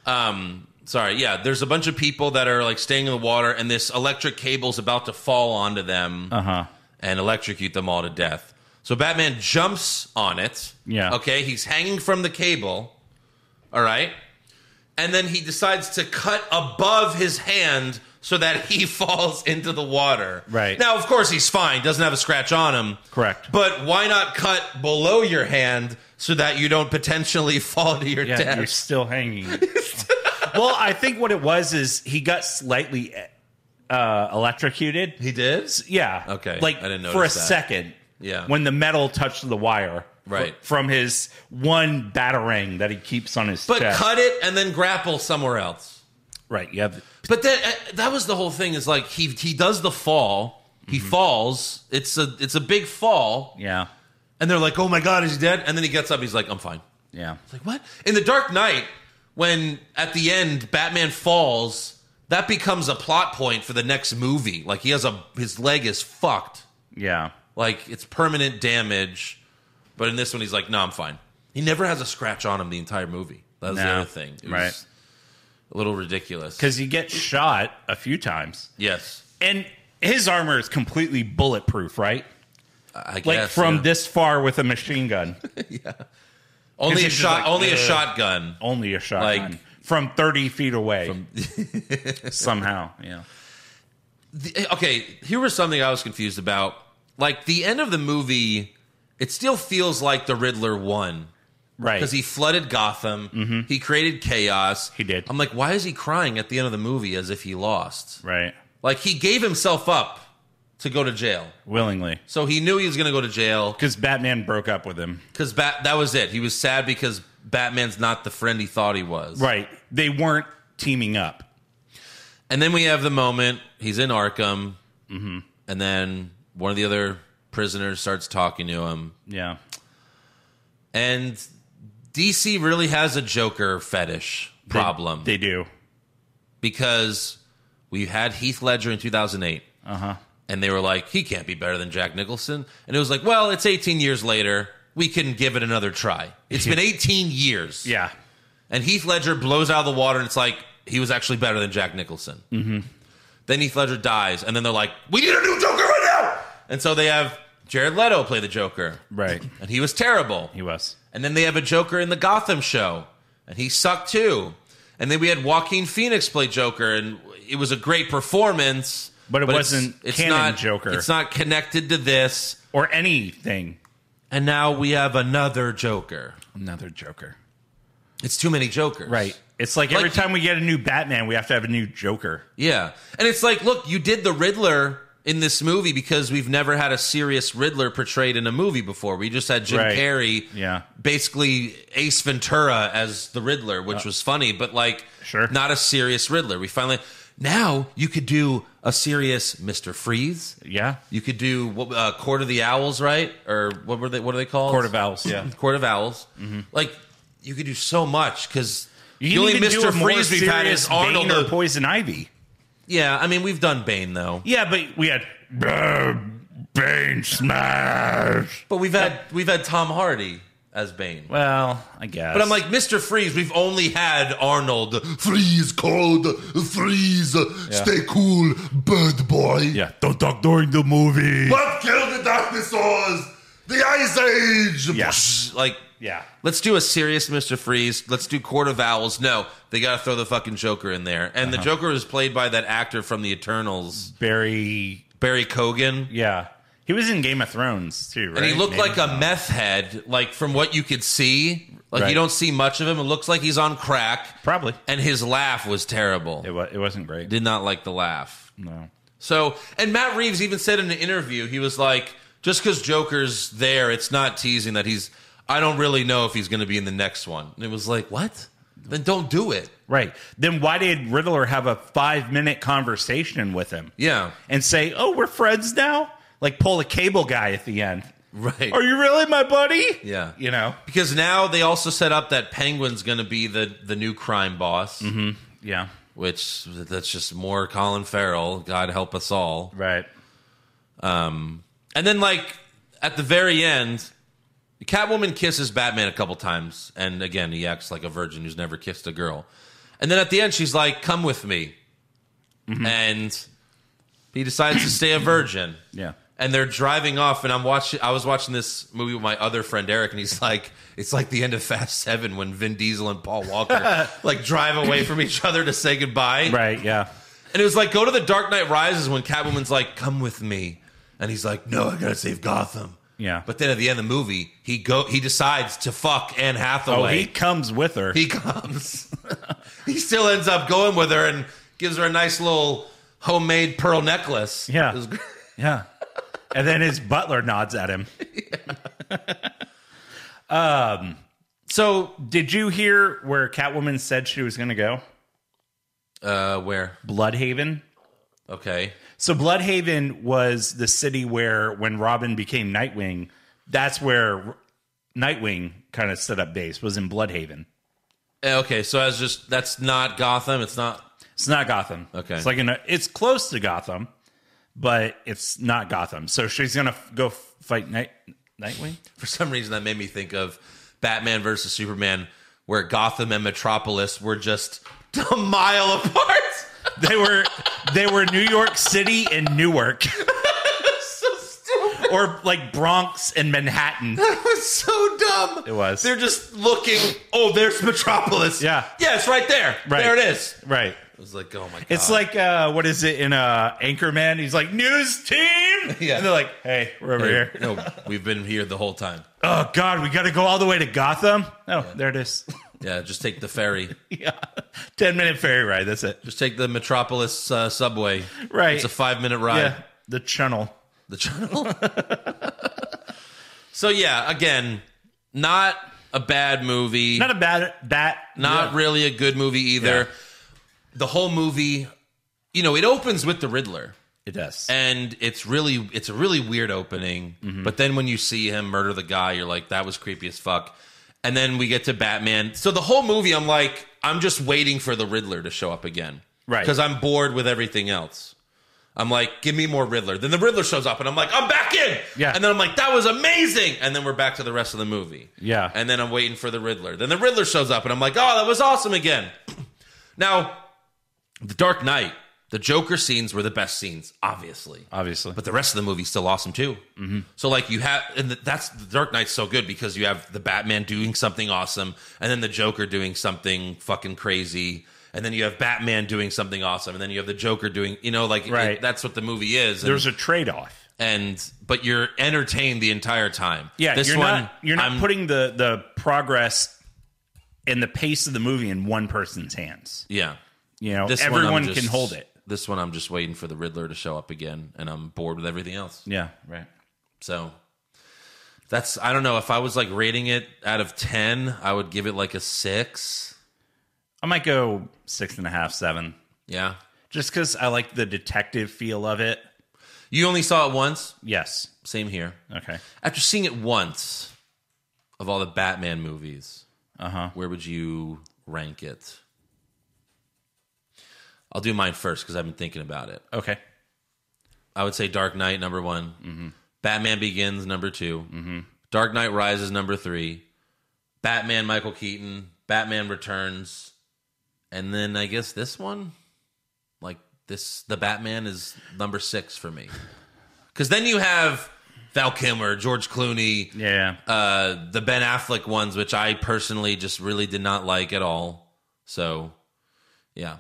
[SPEAKER 3] Um, sorry. Yeah. There's a bunch of people that are like staying in the water, and this electric cable's about to fall onto them
[SPEAKER 4] Uh-huh.
[SPEAKER 3] and electrocute them all to death. So Batman jumps on it.
[SPEAKER 4] Yeah.
[SPEAKER 3] Okay. He's hanging from the cable. All right. And then he decides to cut above his hand so that he falls into the water.
[SPEAKER 4] Right.
[SPEAKER 3] Now, of course, he's fine. Doesn't have a scratch on him.
[SPEAKER 4] Correct.
[SPEAKER 3] But why not cut below your hand so that you don't potentially fall to your
[SPEAKER 4] Yeah,
[SPEAKER 3] death?
[SPEAKER 4] you're still hanging. well, I think what it was is he got slightly uh, electrocuted.
[SPEAKER 3] He did?
[SPEAKER 4] Yeah.
[SPEAKER 3] Okay,
[SPEAKER 4] Like
[SPEAKER 3] I didn't
[SPEAKER 4] for a
[SPEAKER 3] notice that.
[SPEAKER 4] second.
[SPEAKER 3] Yeah.
[SPEAKER 4] When the metal touched the wire.
[SPEAKER 3] Right.
[SPEAKER 4] fr- from his one batarang that he keeps on his
[SPEAKER 3] But
[SPEAKER 4] chest.
[SPEAKER 3] cut it and then grapple somewhere else.
[SPEAKER 4] right. You have
[SPEAKER 3] But then uh, that was the whole thing is like he he does the fall. He
[SPEAKER 4] Mm-hmm.
[SPEAKER 3] falls. It's a it's a big fall.
[SPEAKER 4] yeah.
[SPEAKER 3] And they're like, "Oh my god, is he dead?" And then he gets up. He's like, "I'm fine."
[SPEAKER 4] Yeah.
[SPEAKER 3] It's like, "What?" In the Dark Knight, when at the end Batman falls, that becomes a plot point for the next movie. Like he has a his leg is fucked.
[SPEAKER 4] Yeah.
[SPEAKER 3] Like it's permanent damage. But in this one, he's like, no, I'm fine. He never has a scratch on him the entire movie. That was the
[SPEAKER 4] No.
[SPEAKER 3] other thing. It was
[SPEAKER 4] Right.
[SPEAKER 3] A little ridiculous.
[SPEAKER 4] Because he gets shot a few times.
[SPEAKER 3] Yes.
[SPEAKER 4] And his armor is completely bulletproof, right?
[SPEAKER 3] I guess.
[SPEAKER 4] Like from
[SPEAKER 3] yeah.
[SPEAKER 4] this far with a machine gun.
[SPEAKER 3] Only a
[SPEAKER 4] he's just
[SPEAKER 3] shot.
[SPEAKER 4] like,
[SPEAKER 3] only a
[SPEAKER 4] "Ugh."
[SPEAKER 3] shotgun.
[SPEAKER 4] Only a shotgun.
[SPEAKER 3] Like-
[SPEAKER 4] from 30 feet away. Somehow. Yeah.
[SPEAKER 3] The- okay. Here was something I was confused about. Like the end of the movie, it still feels like the Riddler won.
[SPEAKER 4] Right. Mm-hmm.
[SPEAKER 3] because he flooded Gotham. He created chaos.
[SPEAKER 4] He did.
[SPEAKER 3] I'm like, why is he crying at the end of the movie as if he lost?
[SPEAKER 4] right.
[SPEAKER 3] Like he gave himself up to go to jail,
[SPEAKER 4] Willingly.
[SPEAKER 3] so he knew he was going to go to jail
[SPEAKER 4] Because Batman broke up with him.
[SPEAKER 3] because Bat- that was it. He was sad because Batman's not the friend he thought he was.
[SPEAKER 4] Right. They weren't teaming up.
[SPEAKER 3] And then we have the moment he's in Arkham,
[SPEAKER 4] Mm-hmm.
[SPEAKER 3] and then one of the other prisoners starts talking to him,
[SPEAKER 4] Yeah.
[SPEAKER 3] and DC really has a Joker fetish
[SPEAKER 4] They-
[SPEAKER 3] problem.
[SPEAKER 4] They, do. Uh-huh.
[SPEAKER 3] because we had Heath Ledger in 2008. Uh huh. and they were like, he can't be better than Jack Nicholson. And it was like, well, it's 18 years later. We can give it another try. It's been 18 years.
[SPEAKER 4] Yeah.
[SPEAKER 3] And Heath Ledger blows out of the water, and it's like he was actually better than Jack Nicholson. Mm-hmm. Then Heath Ledger dies, and then they're like, "We need a new Joker right now!" And so they have Jared Leto play the Joker,
[SPEAKER 4] Right.
[SPEAKER 3] and he was terrible.
[SPEAKER 4] He was.
[SPEAKER 3] And then they have a Joker in the Gotham show, and he sucked too. And then we had Joaquin Phoenix play Joker, and it was a great performance.
[SPEAKER 4] But it
[SPEAKER 3] it's-
[SPEAKER 4] wasn't
[SPEAKER 3] it's,
[SPEAKER 4] canon
[SPEAKER 3] not
[SPEAKER 4] Joker.
[SPEAKER 3] It's not connected to this.
[SPEAKER 4] Or anything.
[SPEAKER 3] And now we have another Joker.
[SPEAKER 4] Another Joker.
[SPEAKER 3] It's too many Jokers,
[SPEAKER 4] Right. It's like, every
[SPEAKER 3] Like-
[SPEAKER 4] time we get a new Batman, we have to have a new Joker.
[SPEAKER 3] Yeah. And it's like, look, you did the Riddler in this movie because we've never had a serious Riddler portrayed in a movie before. We just had Jim
[SPEAKER 4] Right.
[SPEAKER 3] Carrey,
[SPEAKER 4] Yeah.
[SPEAKER 3] basically Ace Ventura as the Riddler, which was funny, but like
[SPEAKER 4] Uh, Sure.
[SPEAKER 3] not a serious Riddler. We finally now you could do a serious Mr. Freeze.
[SPEAKER 4] Yeah.
[SPEAKER 3] You could do what, uh, Court of the Owls, right? Or what were they? What are they called?
[SPEAKER 4] Court of Owls, yeah. Mm-hmm.
[SPEAKER 3] Court of Owls. Like you could do so much because
[SPEAKER 4] You
[SPEAKER 3] the
[SPEAKER 4] can
[SPEAKER 3] only
[SPEAKER 4] even do a
[SPEAKER 3] Mr.
[SPEAKER 4] more
[SPEAKER 3] Freeze we've had is
[SPEAKER 4] serious
[SPEAKER 3] Arnold.
[SPEAKER 4] Bane or
[SPEAKER 3] the-
[SPEAKER 4] Poison Ivy.
[SPEAKER 3] yeah, I mean we've done Bane though.
[SPEAKER 4] Yeah, but we had
[SPEAKER 5] Bane smash.
[SPEAKER 3] But we've had we've had Tom Hardy as Bane.
[SPEAKER 4] well, I guess.
[SPEAKER 3] But I'm like Mr. Freeze. We've only had Arnold. Freeze cold. Freeze.
[SPEAKER 5] Stay cool, bird boy.
[SPEAKER 4] Yeah.
[SPEAKER 5] Don't talk during the movie.
[SPEAKER 3] What killed the dinosaurs? The Ice Age.
[SPEAKER 4] Yeah.
[SPEAKER 3] Like
[SPEAKER 4] Yeah.
[SPEAKER 3] Let's do a serious Mr. Freeze. Let's do Court of Owls. No, they got to throw the fucking Joker in there. And
[SPEAKER 4] Uh-huh.
[SPEAKER 3] the Joker is played by that actor from the Eternals,
[SPEAKER 4] Barry.
[SPEAKER 3] Barry Cogan.
[SPEAKER 4] Yeah, he was in Game of Thrones too, right?
[SPEAKER 3] And he looked
[SPEAKER 4] Maybe.
[SPEAKER 3] like a meth head, like from what you could see. Like
[SPEAKER 4] Right.
[SPEAKER 3] you don't see much of him. It looks like he's on crack.
[SPEAKER 4] probably.
[SPEAKER 3] And his laugh was terrible.
[SPEAKER 4] It was. It wasn't great.
[SPEAKER 3] did not like the laugh.
[SPEAKER 4] no.
[SPEAKER 3] So, and Matt Reeves even said in an interview, he was like, just because Joker's there, it's not teasing that he's, I don't really know if he's going to be in the next one. And it was like, what? Then don't do it.
[SPEAKER 4] Right. Then why did Riddler have a five minute conversation with him?
[SPEAKER 3] Yeah.
[SPEAKER 4] And say, "Oh, we're friends now." Like pull a cable guy at the end.
[SPEAKER 3] Right.
[SPEAKER 4] Are you really my buddy?
[SPEAKER 3] Yeah.
[SPEAKER 4] You know.
[SPEAKER 3] because now they also set up that Penguin's going to be the, the new crime boss,
[SPEAKER 4] Mm-hmm. Yeah.
[SPEAKER 3] which that's just more Colin Farrell. God help us all.
[SPEAKER 4] Right.
[SPEAKER 3] And then, like at the very end, Catwoman kisses Batman a couple times, and again, he acts like a virgin who's never kissed a girl. And then at the end, she's like, "Come with me,"
[SPEAKER 4] Mm-hmm.
[SPEAKER 3] and he decides to stay a virgin.
[SPEAKER 4] Yeah.
[SPEAKER 3] And they're driving off, and I'm watching. I was watching this movie with my other friend Eric, and he's like, "It's like the end of Fast Seven when Vin Diesel and Paul Walker like drive away from each other to say goodbye."
[SPEAKER 4] Right. Yeah.
[SPEAKER 3] And it was like, go to the Dark Knight Rises when Catwoman's like, come with me. And he's like, no, I gotta save Gotham.
[SPEAKER 4] Yeah.
[SPEAKER 3] But then at the end of the movie, he go he decides to fuck Anne
[SPEAKER 4] Oh,
[SPEAKER 3] Hathaway.
[SPEAKER 4] he comes with her.
[SPEAKER 3] he-, comes. he still ends up going with her and gives her a nice little homemade pearl necklace.
[SPEAKER 4] Yeah.
[SPEAKER 3] It was great.
[SPEAKER 4] Yeah. And then his butler nods at him.
[SPEAKER 3] So
[SPEAKER 4] Um, Did you hear where Catwoman said she was going to go?
[SPEAKER 3] uh where?
[SPEAKER 4] Bloodhaven.
[SPEAKER 3] Okay.
[SPEAKER 4] So Bloodhaven was the city where when Robin became Nightwing, that's where Nightwing kind of set up base was in Bloodhaven.
[SPEAKER 3] Eh, Okay, so I was just that's not Gotham. It's not
[SPEAKER 4] It's not Gotham.
[SPEAKER 3] Okay.
[SPEAKER 4] It's like an it's close to Gotham, but it's not Gotham. So she's going to f- go f- fight Night Nightwing?
[SPEAKER 3] for some reason that made me think of Batman versus Superman, where Gotham and Metropolis were just a mile apart.
[SPEAKER 4] They were they were New York City and Newark
[SPEAKER 3] so stupid.
[SPEAKER 4] or like Bronx and Manhattan.
[SPEAKER 3] That was so dumb. It
[SPEAKER 4] was.
[SPEAKER 3] They're just looking. Oh, there's Metropolis.
[SPEAKER 4] Yeah.
[SPEAKER 3] Yeah, it's right there.
[SPEAKER 4] Right.
[SPEAKER 3] There it is.
[SPEAKER 4] Right.
[SPEAKER 3] It was like, oh my god.
[SPEAKER 4] It's like uh, what is it in uh, Anchorman? He's like news team,
[SPEAKER 3] Yeah.
[SPEAKER 4] and they're like, "Hey, we're over here."
[SPEAKER 3] no, we've been here the whole time.
[SPEAKER 4] Oh God, we got to go all the way to Gotham. Oh, there it is.
[SPEAKER 3] Yeah, just take the ferry.
[SPEAKER 4] yeah, ten minute ferry ride. That's it.
[SPEAKER 3] Just take the Metropolis uh, subway.
[SPEAKER 4] Right.
[SPEAKER 3] It's a five minute ride.
[SPEAKER 4] yeah, the channel.
[SPEAKER 3] the channel. so yeah, again, not a bad movie.
[SPEAKER 4] Not a bad bat.
[SPEAKER 3] not really a good movie either.
[SPEAKER 4] Yeah.
[SPEAKER 3] The whole movie, you know, it opens with the Riddler,
[SPEAKER 4] It does.
[SPEAKER 3] and it's really it's a really weird opening.
[SPEAKER 4] Mm-hmm.
[SPEAKER 3] But then when you see him murder the guy, you're like, that was creepy as fuck. And then we get to Batman. So the whole movie, I'm like, I'm just waiting for the Riddler to show up again,
[SPEAKER 4] Right.
[SPEAKER 3] Because I'm bored with everything else. I'm like, give me more Riddler. Then the Riddler shows up, and I'm like, I'm back in.
[SPEAKER 4] Yeah.
[SPEAKER 3] And then I'm like, that was amazing. And then we're back to the rest of the movie.
[SPEAKER 4] Yeah.
[SPEAKER 3] And then I'm waiting for the Riddler. Then the Riddler shows up, and I'm like, oh, that was awesome again. now, the Dark Knight, the Joker scenes were the best scenes, obviously.
[SPEAKER 4] Obviously.
[SPEAKER 3] But the rest of the movie's still awesome too. Mm-hmm. So like you have, and th- that's the Dark Knight's so good because you have the Batman doing something awesome, and then the Joker doing something fucking crazy, and then you have Batman doing something awesome, and then you have the Joker doing, you know, like it-
[SPEAKER 4] Right.
[SPEAKER 3] that's what the movie is. And,
[SPEAKER 4] There's a trade off.
[SPEAKER 3] and but you're entertained the entire time.
[SPEAKER 4] Yeah,
[SPEAKER 3] this
[SPEAKER 4] you're
[SPEAKER 3] one
[SPEAKER 4] not you're not
[SPEAKER 3] I'm-
[SPEAKER 4] putting the the progress and the pace of the movie in one person's hands.
[SPEAKER 3] Yeah,
[SPEAKER 4] You know,
[SPEAKER 3] this one I'm
[SPEAKER 4] Oh, everyone
[SPEAKER 3] just-
[SPEAKER 4] can hold it.
[SPEAKER 3] This one I'm just waiting for the Riddler to show up again, and I'm bored with everything else.
[SPEAKER 4] Yeah, right.
[SPEAKER 3] So that's I don't know if I was like rating it out of ten, I would give it like a six.
[SPEAKER 4] I might go six and a half, seven,
[SPEAKER 3] Yeah,
[SPEAKER 4] just because I like the detective feel of it.
[SPEAKER 3] you only saw it once.
[SPEAKER 4] Yes.
[SPEAKER 3] Same here.
[SPEAKER 4] Okay.
[SPEAKER 3] After seeing it once, of all the Batman movies, uh-huh. where would you rank it? I'll do mine first because I've been thinking about it.
[SPEAKER 4] Okay.
[SPEAKER 3] I would say Dark Knight number one, Batman Begins number 2 Dark Knight Rises number three, Batman Michael Keaton, Batman Returns, and then I guess this one, like this, the Batman is number six for me, because then you have Val Kilmer, George Clooney,
[SPEAKER 4] Yeah.
[SPEAKER 3] uh, the Ben Affleck ones, which I personally just really did not like at all. So, yeah,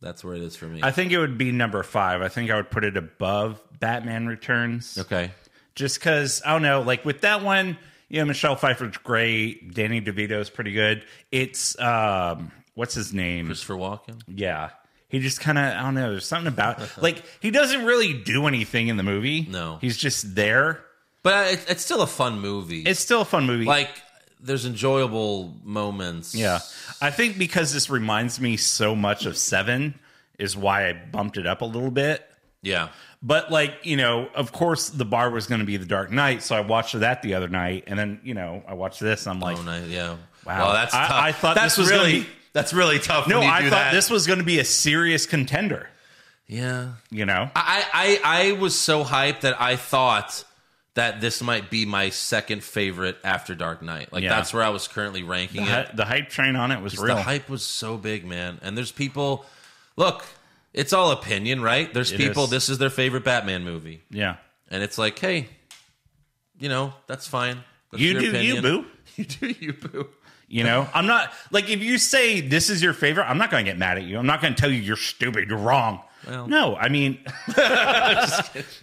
[SPEAKER 3] that's where it is for me.
[SPEAKER 4] I think it would be number five. I think I would put it above Batman Returns.
[SPEAKER 3] okay,
[SPEAKER 4] Just because, I don't know, like with that one, you know, Michelle Pfeiffer's great. Danny DeVito's pretty good. It's, um, what's his name?
[SPEAKER 3] Christopher Walken.
[SPEAKER 4] yeah. He just kind of, I don't know, there's something about, like, he doesn't really do anything in the movie.
[SPEAKER 3] No.
[SPEAKER 4] He's just there.
[SPEAKER 3] But it, it's still a fun movie.
[SPEAKER 4] It's still a fun movie.
[SPEAKER 3] like there's enjoyable moments.
[SPEAKER 4] Yeah. I think because this reminds me so much of Seven is why I bumped it up a little bit.
[SPEAKER 3] yeah.
[SPEAKER 4] But like, you know, of course the bar was going to be The Dark Knight, so I watched that the other night and then, you know, I watched this and I'm like,
[SPEAKER 3] Oh, nice. Yeah.
[SPEAKER 4] Wow.
[SPEAKER 3] that's
[SPEAKER 4] I-
[SPEAKER 3] tough.
[SPEAKER 4] I thought
[SPEAKER 3] that's
[SPEAKER 4] this was gonna
[SPEAKER 3] really
[SPEAKER 4] be-
[SPEAKER 3] that's really tough.
[SPEAKER 4] no,
[SPEAKER 3] when you
[SPEAKER 4] I
[SPEAKER 3] do
[SPEAKER 4] thought
[SPEAKER 3] that.
[SPEAKER 4] this was going to be a serious contender,
[SPEAKER 3] Yeah.
[SPEAKER 4] you know.
[SPEAKER 3] I, I I was so hyped that I thought that this might be my second favorite after Dark Knight. Like
[SPEAKER 4] Yeah.
[SPEAKER 3] that's where I was currently ranking it.
[SPEAKER 4] Hy- The hype train on it was
[SPEAKER 3] The
[SPEAKER 4] real.
[SPEAKER 3] hype was so big, man. And there's people. Look, it's all opinion, right? There's
[SPEAKER 4] It
[SPEAKER 3] people.
[SPEAKER 4] is.
[SPEAKER 3] This is their favorite Batman movie.
[SPEAKER 4] Yeah.
[SPEAKER 3] and it's like, hey, you know, that's fine. That's
[SPEAKER 4] You
[SPEAKER 3] your
[SPEAKER 4] do you,
[SPEAKER 3] opinion.
[SPEAKER 4] boo.
[SPEAKER 3] You do you, boo.
[SPEAKER 4] You know, I'm not like if you say this is your favorite, I'm not going to get mad at you. I'm not going to tell you you're stupid, you're wrong.
[SPEAKER 3] Well-
[SPEAKER 4] no, I mean,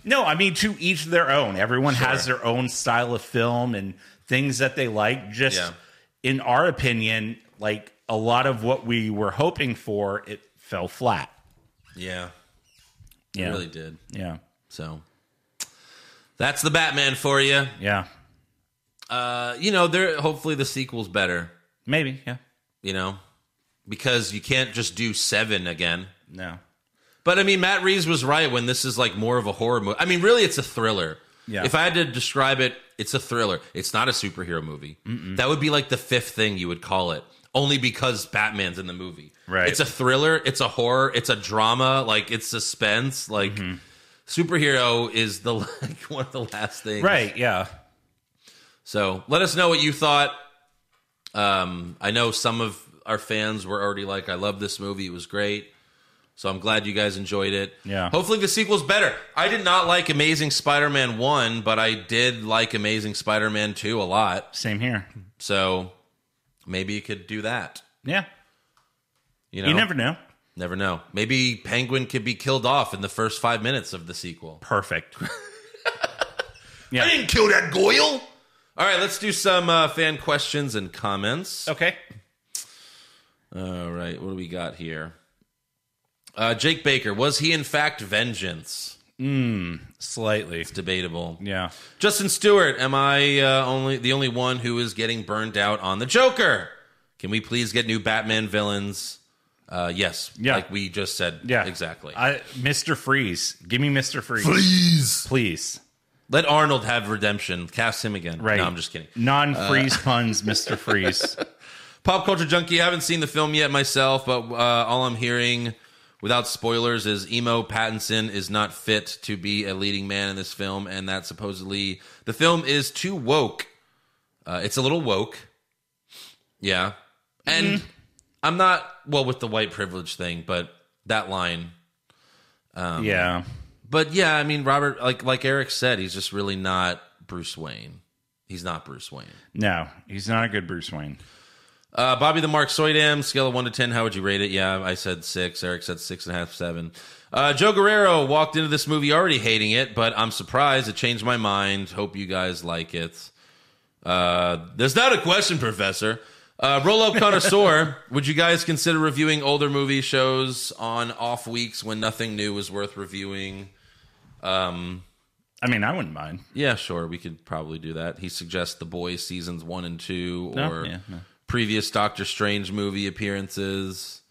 [SPEAKER 4] no, I mean to each their own. Everyone has their own style of film and things that they like. Just
[SPEAKER 3] Yeah.
[SPEAKER 4] in our opinion, like a lot of what we were hoping for, it fell flat.
[SPEAKER 3] Yeah,
[SPEAKER 4] Yeah,
[SPEAKER 3] really did.
[SPEAKER 4] yeah,
[SPEAKER 3] So that's the Batman for you.
[SPEAKER 4] yeah,
[SPEAKER 3] Uh, you know, there. Hopefully, the sequel's better.
[SPEAKER 4] maybe, yeah,
[SPEAKER 3] You know, because you can't just do seven again.
[SPEAKER 4] no,
[SPEAKER 3] But I mean, Matt Reeves was right when this is like more of a horror movie. I mean, really, it's a thriller.
[SPEAKER 4] Yeah.
[SPEAKER 3] If I had to describe it, it's a thriller. It's not a superhero movie. That would be like the fifth thing you would call it, only because Batman's in the movie.
[SPEAKER 4] Right.
[SPEAKER 3] It's a thriller. It's a horror. It's a drama. Like it's suspense. Like
[SPEAKER 4] Mm-hmm.
[SPEAKER 3] superhero is the like one of the last things.
[SPEAKER 4] right, yeah,
[SPEAKER 3] So let us know what you thought. Um, I know some of our fans were already like, I love this movie. It was great. So I'm glad you guys enjoyed it.
[SPEAKER 4] Yeah.
[SPEAKER 3] Hopefully the sequel's better. I did not like Amazing Spider Man 1, but I did like Amazing Spider Man 2 a lot.
[SPEAKER 4] same here.
[SPEAKER 3] So maybe you could do that.
[SPEAKER 4] Yeah,
[SPEAKER 3] You know,
[SPEAKER 4] you never know.
[SPEAKER 3] never know. Maybe Penguin could be killed off in the first five minutes of the sequel.
[SPEAKER 4] Perfect.
[SPEAKER 3] I didn't kill that Goyle. All right, let's do some uh, fan questions and comments.
[SPEAKER 4] Okay.
[SPEAKER 3] All right, what do we got here? Uh, Jake Baker was he in fact vengeance?
[SPEAKER 4] Slightly.
[SPEAKER 3] It's debatable.
[SPEAKER 4] Yeah.
[SPEAKER 3] Justin Stewart, am I uh, only the only one who is getting burned out on the Joker? Can we please get new Batman villains? Uh, yes,
[SPEAKER 4] Yeah.
[SPEAKER 3] like we just said.
[SPEAKER 4] Yeah.
[SPEAKER 3] exactly.
[SPEAKER 4] I, Mr. Freeze. Give me Mr. Freeze.
[SPEAKER 5] Please.
[SPEAKER 4] Please.
[SPEAKER 3] Let Arnold have redemption. Cast him again.
[SPEAKER 4] Right.
[SPEAKER 3] No, I'm just kidding. Uh,
[SPEAKER 4] Non freeze puns, Mr. Freeze.
[SPEAKER 3] Pop culture junkie. I haven't seen the film yet myself, but uh, all I'm hearing without spoilers is Emo Pattinson is not fit to be a leading man in this film, and that supposedly the film is too woke. Uh, it's a little woke. Yeah. And I'm not, well, with the white privilege thing, but that line. Um,
[SPEAKER 4] yeah.
[SPEAKER 3] But yeah, I mean, Robert, like like Eric said, he's just really not Bruce Wayne. He's not Bruce Wayne.
[SPEAKER 4] No, he's not a good Bruce Wayne.
[SPEAKER 3] Uh, Bobby the Mark Soydam, scale of one to ten. How would you rate it? Yeah, I said six. Eric said six and a half, seven. Uh, Joe Guerrero walked into this movie already hating it, but I'm surprised it changed my mind. Hope you guys like it. Uh, there's not a question, Professor. Uh, Rolo Connoisseur, would you guys consider reviewing older movie shows on off weeks when nothing new is worth reviewing?
[SPEAKER 4] I mean, I wouldn't mind.
[SPEAKER 3] Yeah, sure. We could probably do that. He suggests The Boys seasons one and two,
[SPEAKER 4] No,
[SPEAKER 3] or
[SPEAKER 4] yeah, no.
[SPEAKER 3] previous Doctor Strange movie appearances.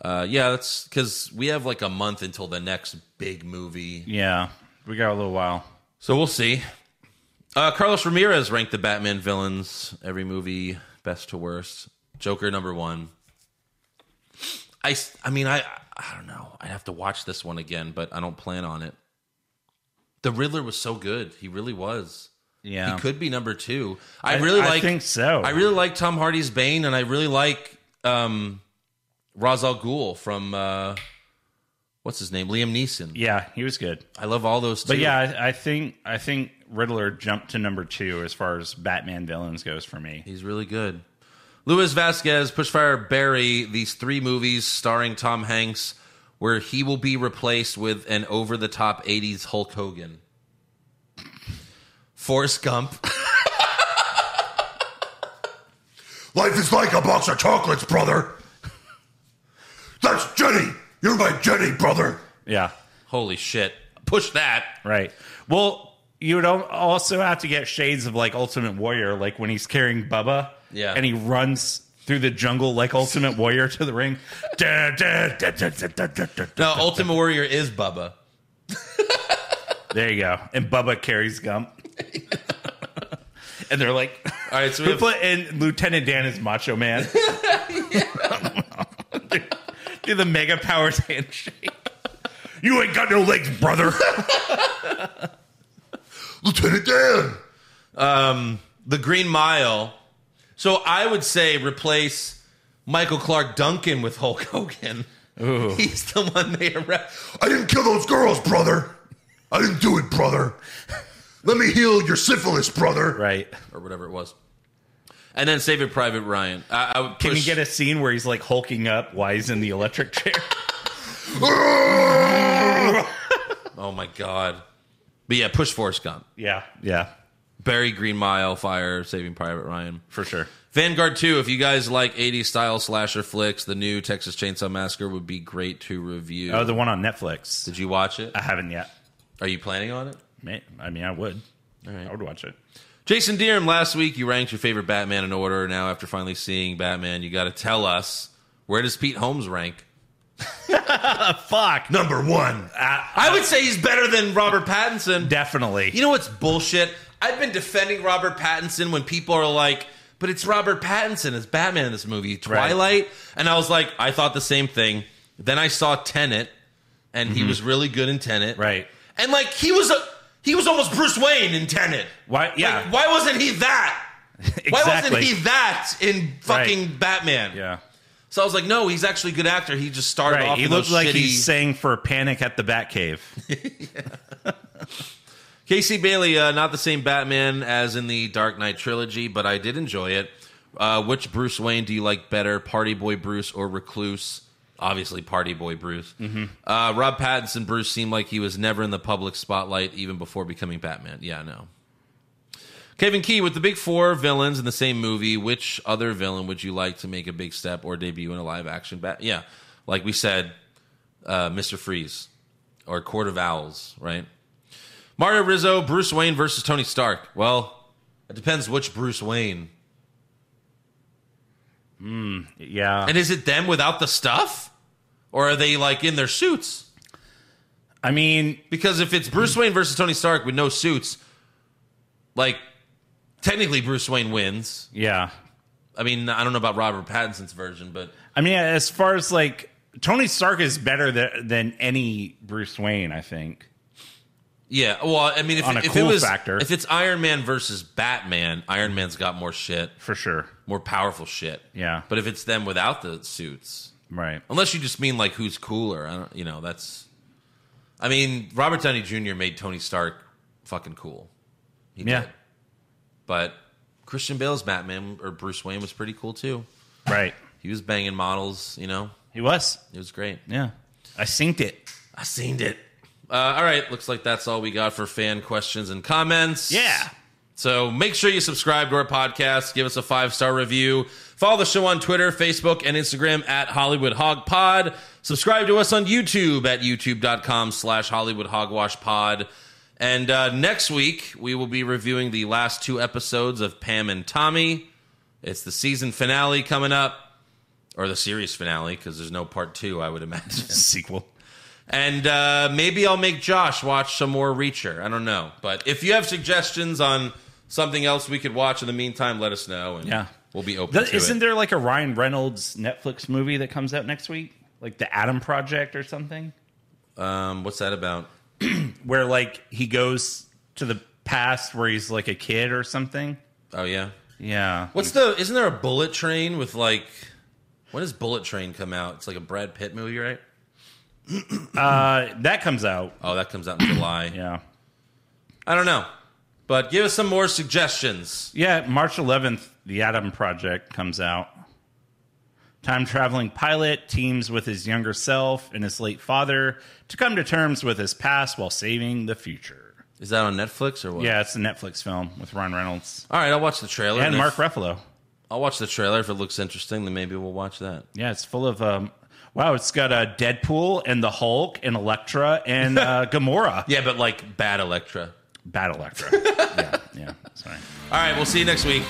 [SPEAKER 3] Uh, yeah, that's because we have like a month until the next big movie,
[SPEAKER 4] Yeah, we got a little while.
[SPEAKER 3] so we'll see. Uh, Carlos Ramirez ranked the Batman villains every movie best to worst. Joker number one. I, s- I mean I I don't know. I'd have to watch this one again, but I don't plan on it. The Riddler was so good. He really was.
[SPEAKER 4] Yeah,
[SPEAKER 3] He could be number two. I, really
[SPEAKER 4] I
[SPEAKER 3] like.
[SPEAKER 4] think so.
[SPEAKER 3] I really like Tom Hardy's Bane, and I really like um, Ra's al Ghul from uh, what's his name, Liam Neeson.
[SPEAKER 4] yeah, he was good.
[SPEAKER 3] I love all those. Two.
[SPEAKER 4] But yeah, I, I think I think Riddler jumped to number two as far as Batman villains goes for me.
[SPEAKER 3] he's really good. Luis Vasquez, Pushfire Barry. These three movies starring Tom Hanks, where he will be replaced with an over-the-top '80s Hulk Hogan. Forrest Gump.
[SPEAKER 5] Life is like a box of chocolates, brother. That's Jenny. You're my Jenny, brother.
[SPEAKER 4] Yeah,
[SPEAKER 3] Holy shit! Push that.
[SPEAKER 4] right. Well, you would al- also have to get shades of like Ultimate Warrior, like when he's carrying Bubba,
[SPEAKER 3] Yeah.
[SPEAKER 4] and he runs through the jungle like Ultimate Warrior to the ring. Da, da, da, da, da, da, da, da.
[SPEAKER 3] No, Ultimate Warrior is Bubba.
[SPEAKER 4] There you go. And Bubba carries Gump. and they're like,
[SPEAKER 3] All right, so we
[SPEAKER 4] who
[SPEAKER 3] have
[SPEAKER 4] put and Lieutenant Dan is Macho Man? Do the mega powers handshake.
[SPEAKER 5] You ain't got no legs, brother. Lieutenant Dan.
[SPEAKER 3] Um, the Green Mile. So I would say replace Michael Clark Duncan with Hulk Hogan. He's the one they arrest.
[SPEAKER 5] I didn't kill those girls, brother. I didn't do it, brother. Let me heal your syphilis, brother.
[SPEAKER 4] Right.
[SPEAKER 3] or whatever it was. And then Save It Private Ryan. I, I would
[SPEAKER 4] Can you
[SPEAKER 3] push-
[SPEAKER 4] get a scene where he's like hulking up while he's in the electric chair?
[SPEAKER 3] Oh my god! But yeah, push Forrest Gump,
[SPEAKER 4] yeah. Yeah.
[SPEAKER 3] Barry Green Mile, Fire, Saving Private Ryan.
[SPEAKER 4] For sure.
[SPEAKER 3] Vanguard 2, if you guys like 80s style slasher flicks, the new Texas Chainsaw Massacre would be great to review.
[SPEAKER 4] Oh, the one on Netflix.
[SPEAKER 3] Did you watch it?
[SPEAKER 4] I haven't yet.
[SPEAKER 3] Are you planning on it?
[SPEAKER 4] May- I mean, I would. I would watch it.
[SPEAKER 3] Jason Deerham, last week you ranked your favorite Batman in order. Now, after finally seeing Batman, you got to tell us where does Pete Holmes rank?
[SPEAKER 4] Fuck.
[SPEAKER 5] Number one.
[SPEAKER 3] I would say he's better than Robert Pattinson.
[SPEAKER 4] Definitely.
[SPEAKER 3] you know what's bullshit? I've been defending Robert Pattinson when people are like, but it's Robert Pattinson as Batman in this movie, Twilight. And I was like, I thought the same thing. Then I saw Tenet, and he was really good in Tenet.
[SPEAKER 4] Mm-hmm. Right.
[SPEAKER 3] And like, he was a. He was almost Bruce Wayne in Tenet.
[SPEAKER 4] Why- yeah.
[SPEAKER 3] Like, why wasn't he that? Why wasn't
[SPEAKER 4] Exactly.
[SPEAKER 3] he that in fucking
[SPEAKER 4] Right.
[SPEAKER 3] Batman?
[SPEAKER 4] Yeah.
[SPEAKER 3] So I was like, no, he's actually a good actor. He just started
[SPEAKER 4] Right.
[SPEAKER 3] off.
[SPEAKER 4] He
[SPEAKER 3] in
[SPEAKER 4] looked
[SPEAKER 3] those
[SPEAKER 4] like
[SPEAKER 3] shitty...
[SPEAKER 4] he's sang for Panic at the Batcave.
[SPEAKER 3] Casey Bailey, uh, not the same Batman as in the Dark Knight trilogy, but I did enjoy it. Uh, which Bruce Wayne do you like better, Party Boy Bruce or Recluse? Obviously, Party Boy Bruce. Uh, Rob Pattinson Bruce seemed like he was never in the public spotlight even before becoming Batman. Yeah, no. Kevin Key, with the big four villains in the same movie, which other villain would you like to make a big step or debut in a live action bat? Yeah, like we said, uh, Mr. Freeze or Court of Owls, right? Mario Rizzo, Bruce Wayne versus Tony Stark. Well, it depends which Bruce Wayne.
[SPEAKER 4] Yeah.
[SPEAKER 3] And is it them without the stuff? Or are they like in their suits?
[SPEAKER 4] I mean,
[SPEAKER 3] Because if it's Bruce Wayne versus Tony Stark with no suits, like technically Bruce Wayne wins.
[SPEAKER 4] yeah.
[SPEAKER 3] I mean, I don't know about Robert Pattinson's version, but
[SPEAKER 4] I mean, as far as like Tony Stark is better than, than any Bruce Wayne, I think.
[SPEAKER 3] Yeah, well, I mean, if,
[SPEAKER 4] On a
[SPEAKER 3] if
[SPEAKER 4] cool
[SPEAKER 3] it was
[SPEAKER 4] factor.
[SPEAKER 3] if it's Iron Man versus Batman, Iron Man's got more shit,
[SPEAKER 4] For sure.
[SPEAKER 3] more powerful shit.
[SPEAKER 4] Yeah.
[SPEAKER 3] but if it's them without the suits,
[SPEAKER 4] Right.
[SPEAKER 3] unless you just mean like who's cooler, I don't, you know, that's. I mean, Robert Downey Jr. made Tony Stark fucking cool. He
[SPEAKER 4] Yeah.
[SPEAKER 3] did. but Christian Bale's Batman or Bruce Wayne was pretty cool too.
[SPEAKER 4] Right.
[SPEAKER 3] He was banging models, you know,
[SPEAKER 4] He was.
[SPEAKER 3] it was great.
[SPEAKER 4] Yeah. I synced it.
[SPEAKER 3] I seen it. Uh, all right, looks like that's all we got for fan questions and comments.
[SPEAKER 4] Yeah.
[SPEAKER 3] So make sure you subscribe to our podcast, give us a five star review, follow the show on Twitter, Facebook, and Instagram at Hollywood Hog Pod. Subscribe to us on YouTube at youtube.com slash Hollywood Hogwash Pod. And uh, next week, we will be reviewing the last two episodes of Pam and Tommy. It's the season finale coming up, or the series finale, because there's no part two, I would imagine.
[SPEAKER 4] Sequel.
[SPEAKER 3] And uh, maybe I'll make Josh watch some more Reacher. I don't know. But if you have suggestions on something else we could watch in the meantime, let us know. And
[SPEAKER 4] Yeah.
[SPEAKER 3] we'll be open
[SPEAKER 4] Th-
[SPEAKER 3] to
[SPEAKER 4] isn't
[SPEAKER 3] it.
[SPEAKER 4] there like a Ryan Reynolds Netflix movie that comes out next week? Like the Adam Project or something?
[SPEAKER 3] um, what's that about?
[SPEAKER 4] Where like he goes to the past where he's like a kid or something?
[SPEAKER 3] Oh, yeah.
[SPEAKER 4] Yeah.
[SPEAKER 3] What's the. Isn't there a Bullet Train with like. When does Bullet Train come out? It's like a Brad Pitt movie, right?
[SPEAKER 4] Uh, that comes out.
[SPEAKER 3] Oh, that comes out in July.
[SPEAKER 4] Yeah.
[SPEAKER 3] I don't know. But give us some more suggestions.
[SPEAKER 4] Yeah, March 11th, the Adam Project comes out. Time traveling pilot teams with his younger self and his late father to come to terms with his past while saving the future.
[SPEAKER 3] Is that on Netflix or what?
[SPEAKER 4] Yeah, it's a Netflix film with Ryan Reynolds
[SPEAKER 3] All right, I'll watch the trailer.
[SPEAKER 4] and
[SPEAKER 3] if-
[SPEAKER 4] Mark Ruffalo.
[SPEAKER 3] I'll watch the trailer. If it looks interesting, then maybe we'll watch that.
[SPEAKER 4] Yeah, it's full of um, wow. It's got uh, Deadpool and the Hulk and Elektra and uh, Gamora.
[SPEAKER 3] Yeah, but like bad Electra.
[SPEAKER 4] Bad Elektra. yeah, yeah. Sorry.
[SPEAKER 3] All right, we'll see you next week.